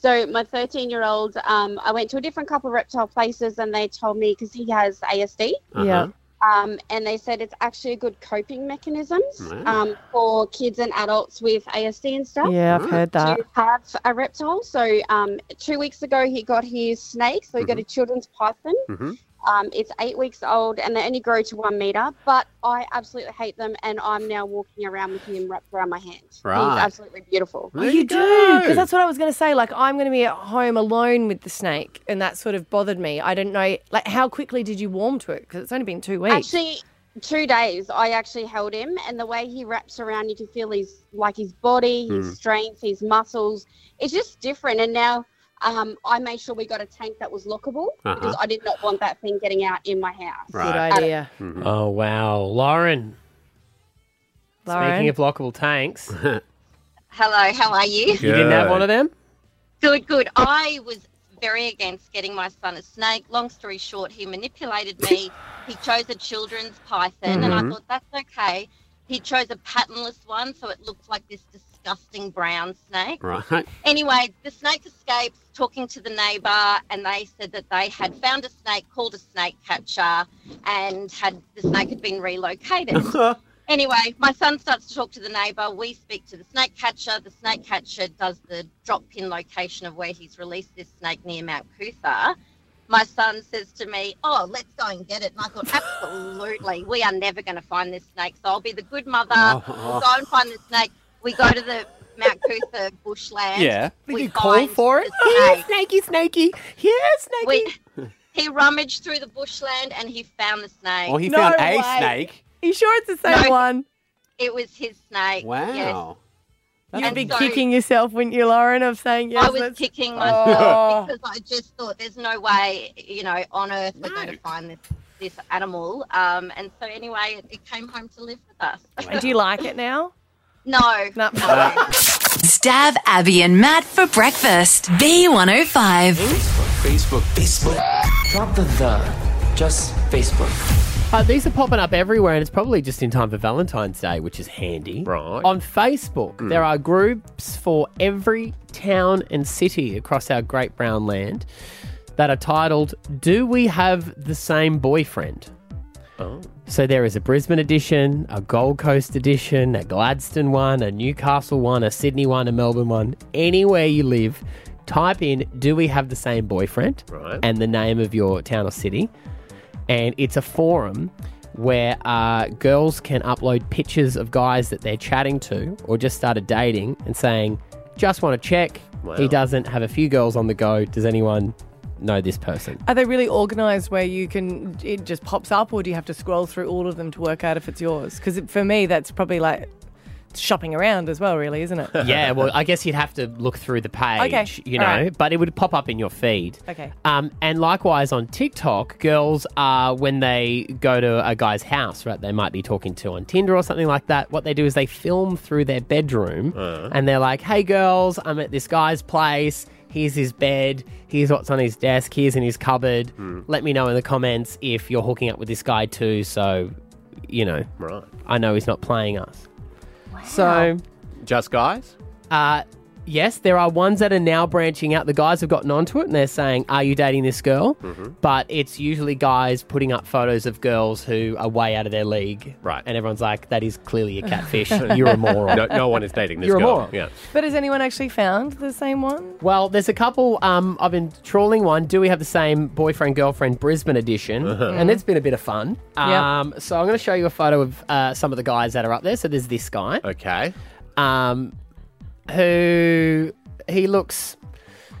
S9: So my 13 year old, um, I went to a different couple of reptile places and they told me because he has ASD.
S6: Yeah. Oh,
S9: Um, and they said it's actually a good coping mechanisms
S6: Wow.
S9: um, for kids and adults with ASD and stuff.
S6: Yeah, I've heard that.
S9: To have a reptile. So um, two weeks ago, he got his snake. So he got a children's python.
S6: Mm-hmm.
S9: Um, it's eight weeks old and they only grow to one meter, but I absolutely hate them and I'm now walking around with him wrapped around my hand.
S6: Right.
S9: He's absolutely beautiful.
S6: Oh, you do, because that's what I was going to say. Like, I'm going to be at home alone with the snake, and that sort of bothered me. I didn't know, like, how quickly did you warm to it? Because it's only been two weeks.
S9: Actually, two days I actually held him and the way he wraps around, you can feel his, like his body, his
S6: Mm.
S9: strength, his muscles. It's just different. And now um, I made sure we got a tank that was lockable because
S7: Uh-huh.
S9: I did not want that thing getting out in my house.
S6: Good idea.
S7: Oh wow, Lauren.
S9: Lauren?
S7: Speaking of lockable tanks, you
S19: Hello, how are you?
S7: didn't have one of them.
S19: Good, good. I was very against getting my son a snake. Long story short, he manipulated me. he chose a children's python, and I
S7: Mm-hmm.
S15: Mhm.
S19: thought that's okay. He chose a patternless one, so it looked like this disgusting brown snake.
S8: Right.
S19: Anyway, the snake escapes, talking to the neighbour, and they said that they had found a snake, called a snake catcher, and had the snake had been relocated. anyway, my son starts to talk to the neighbour. We speak to the snake catcher. The snake catcher does the drop pin location of where he's released this snake near Mount Cootha. My son says to me, Oh, let's go and get it. And I thought, Absolutely, we are never going to find this snake. So I'll be the good mother. We'll go and find the snake. We go to the Mount Cootha bushland.
S7: Yeah.
S19: We
S7: you call
S19: find
S7: for it?
S19: the
S7: snakey, snakey. Yeah, snakey.
S19: We- he rummaged through the bushland and he found the snake.
S8: Well, he found a snake.
S6: You sure it's the same one?
S19: It was his snake.
S8: Wow.
S19: Yes.
S6: You'd
S19: And
S6: be
S19: so
S6: kicking yourself, wouldn't you, Lauren, of saying yes?
S19: I was
S6: let's-
S19: kicking
S6: Oh.
S19: myself because I just thought there's no way, you know, on earth we're going to find this this animal. Um, and so anyway, it, it came home to live with us.
S6: Do you like it now?
S19: No.
S6: No. Uh,
S2: Stab Abby and Matt for breakfast. B105.
S25: Facebook. Facebook. Drop the the. Just Facebook.
S7: Uh, these are popping up everywhere, and it's probably just in time for Valentine's Day, which is handy. Right. On Facebook, there are groups for every town and city across our great brown land that are titled Do We Have the Same Boyfriend?
S8: Oh.
S7: So there is a Brisbane edition, a Gold Coast edition, a Gladstone one, a Newcastle one, a Sydney one, a Melbourne one. Anywhere you live, type in "Do we have the same boyfriend?"
S8: Right.
S7: and the name of your town or city, and it's a forum where uh, girls can upload pictures of guys that they're chatting to or just started dating and saying, "Just want to check." He doesn't have a few girls on the go. Does anyone know this person?
S6: Are they really organised where you can, it just pops up, or do you have to scroll through all of them to work out if it's yours? Because for me, that's probably like shopping around as well, really, isn't it?
S7: yeah, well, I guess you'd have to look through the page,
S6: Okay,
S7: you know,
S6: all right.
S7: but it would pop up in your feed.
S6: Okay.
S7: Um, and likewise on TikTok, girls are when they go to a guy's house, right? They might be talking to on Tinder or something like that. What they do is they film through their bedroom and they're like, "Hey, girls, I'm at this guy's place. Here's his bed. Here's what's on his desk. Here's in his cupboard. Let me know in the comments if you're hooking up with this guy too. So, you know,
S8: right?
S7: I know he's not playing us. So,
S8: just guys?
S7: Uh, yes, there are ones that are now branching out. The guys have gotten onto it and they're saying, Are you dating this girl?
S8: Mhm.
S7: But it's usually guys putting up photos of girls who are way out of their league. Right. And everyone's like, That is clearly a catfish. You're a moron.
S8: No, no one is dating this
S7: You're
S8: girl.
S7: a moron.
S8: Yeah.
S6: But has anyone actually found the same one?
S7: Well, there's a couple. Um, I've been trawling one. Do we have the same boyfriend girlfriend Brisbane edition?
S8: Uh-huh.
S7: And it's been a bit of fun.
S8: Yep.
S7: Um, so I'm going to show you a photo of uh, some of the guys that are up there. So there's this guy.
S8: Okay.
S7: Um, who he looks.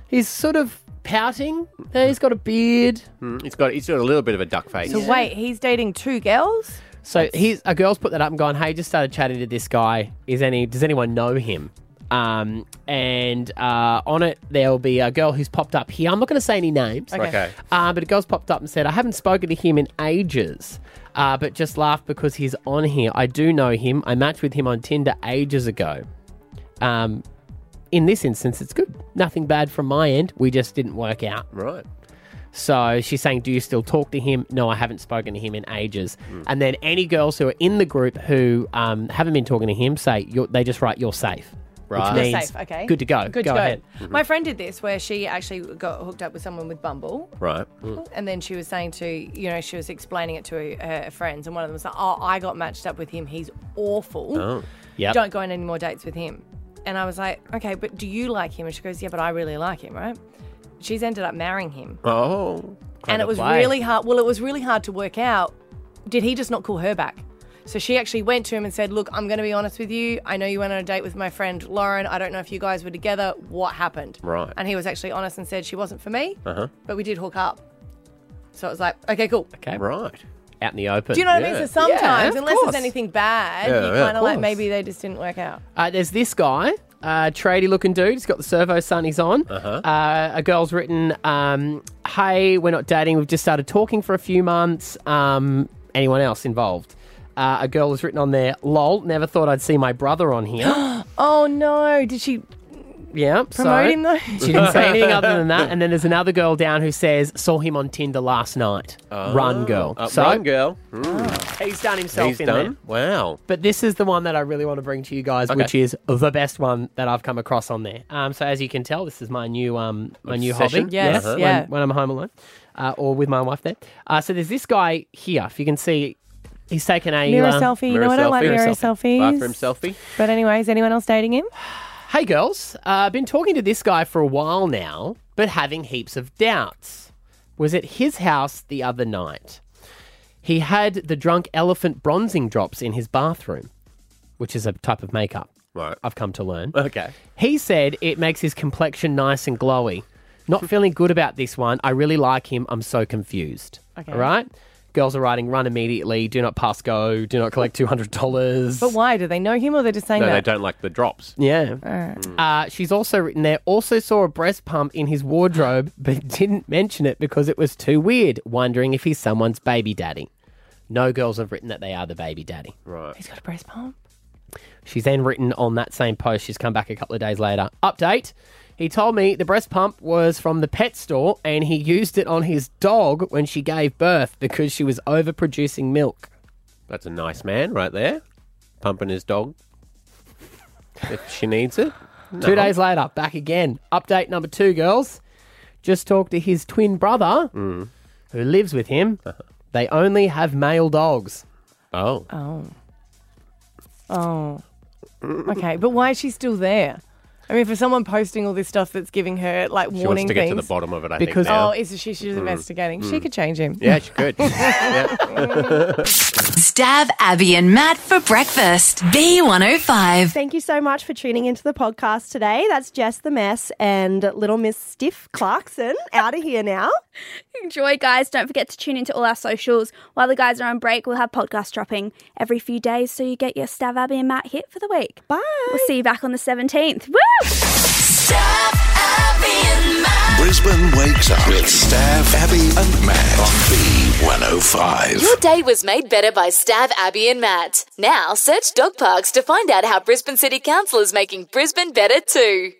S7: He's sort of pouting. Uh, He's got a beard.
S8: Mm, he's got he's got a little bit of a duck face.
S6: So wait, he's dating two girls?
S7: So he's a girl's put that up and gone, hey, just started chatting to this guy. Is any does anyone know him? Um, and uh, on it there'll be a girl who's popped up here. I'm not going to say any names.
S8: Okay. Okay.
S7: Uh, but a girl's popped up and said, I haven't spoken to him in ages. Uh, but just laughed because he's on here. I do know him. I matched with him on Tinder ages ago. Um, in this instance, it's good. Nothing bad from my end. We just didn't work out.
S8: Right.
S7: So she's saying, Do you still talk to him? No, I haven't spoken to him in ages.
S8: Hmm.
S7: And then any girls who are in the group who um, haven't been talking to him say, you're, They just write, You're safe.
S8: Right.
S7: Which
S6: You're
S7: means
S6: safe, okay.
S7: Good to go.
S6: Good
S7: go
S6: to go.
S7: ahead.
S6: My friend did this where she actually got hooked up with someone with Bumble.
S8: Right.
S6: And then she was saying to, you know, she was explaining it to her, her friends, and one of them was like, Oh, I got matched up with him. He's awful.
S8: Oh.
S7: Yep.
S6: Don't go on any more dates with him. And I was like, Okay, but do you like him? And she goes, Yeah, but I really like him, right? She's ended up marrying him.
S8: Oh.
S6: and it was really hard. Well, it was really hard to work out. Did he just not call her back? So she actually went to him and said, Look, I'm going to be honest with you. I know you went on a date with my friend Lauren. I don't know if you guys were together. What happened?
S8: Right.
S6: And he was actually honest and said, She wasn't for me,
S8: Uh huh.
S6: but we did hook up. So it was like, Okay, cool.
S7: Okay.
S8: Right.
S7: Out in the open.
S6: Do you know what I mean? So sometimes,
S7: Yeah, of
S6: unless
S7: course.
S6: there's anything bad,
S7: Yeah,
S6: you
S7: yeah,
S6: kind
S7: of
S6: of like
S7: course.
S6: maybe they just didn't work out.
S7: Uh, there's this guy, uh, tradie looking dude. He's got the servo sunnies on. Uh-huh. a girl's written, um, "Hey, we're not dating. We've just started talking for a few months. Um, anyone else involved?" Uh, a girl has written on there, "Lol, never thought I'd see my brother on here."
S6: Oh no! Did she?
S7: yeah, so-
S6: Promote him, though.
S7: she didn't say anything other than that. And then there's another girl down who says, "Saw him on Tinder last night. run, girl.
S8: Uh, run, girl. Mm.
S7: He's done himself
S8: He's
S7: in
S8: done.
S7: there.
S8: Wow.
S7: But this is the one that I really want to bring to you guys,
S8: Okay.
S7: which is the best one that I've come across on there. Um, so as you can tell, this is my new um, my new hobby.
S8: Obsession? Yes,
S7: when-
S8: yeah.
S7: When, I'm home alone, uh, or with my wife there. Uh, so there's this guy here. If you can see, he's taken a
S6: Mirror
S7: um,
S6: selfie. No, I don't like mirror selfies.
S8: selfie.
S6: But anyway, is anyone else dating him?
S7: Hey girls, uh, I've been talking to this guy for a while now, but having heaps of doubts. Was at his house the other night. He had the drunk elephant bronzing drops in his bathroom, which is a type of makeup.
S8: Right.
S7: I've come to learn.
S8: Okay.
S7: He said it makes his complexion nice and glowy. Not feeling good about this one. I really like him. I'm so confused.
S6: Okay.
S7: All right? Girls are writing, run immediately. Do not pass go. Do not collect $200.
S6: But why? Do they know him or they're just saying that?
S7: don't like the drops. Yeah. Uh, she's also written there, also saw a breast pump in his wardrobe, but didn't mention it because it was too weird, wondering if he's someone's baby daddy. No girls have written that they are the baby daddy.
S8: Right. He's
S6: got a breast pump.
S7: She's then written on that same post, she's come back a couple of days later. Update. He told me the breast pump was from the pet store and he used it on his dog when she gave birth because she was overproducing milk.
S8: That's a nice man right there, pumping his dog. if she needs it.
S7: Two days later, back again. Update number two, girls. Just talked to his twin brother
S8: Mm.
S7: who lives with him. They only have male dogs.
S8: Oh.
S6: Oh. Oh. Okay, but why is she still there? I mean, for someone posting all this stuff that's giving her like
S8: She
S6: warning
S8: wants to get
S6: things.
S8: to the bottom of it, I
S7: Because-
S8: think. Now.
S6: oh, is she? She's
S8: Mm.
S6: investigating. She
S8: Mm.
S6: could change him.
S8: Yeah, she could.
S2: Stab Abby and Matt for breakfast. B105.
S5: Thank you so much for tuning into the podcast today. That's Jess the Mess and Little Miss Stiff Clarkson out of here now.
S4: Enjoy, guys. Don't forget to tune into all our socials. While the guys are on break, we'll have podcast dropping every few days so you get your Stav Abby and Matt hit for the week.
S5: Bye.
S4: We'll see you back on the 17th. Woo!
S26: Brisbane wakes up with Stav, Abby, and Matt on B105.
S1: Your day was made better by Stav, Abby, and Matt. Now search dog parks to find out how Brisbane City Council is making Brisbane better too.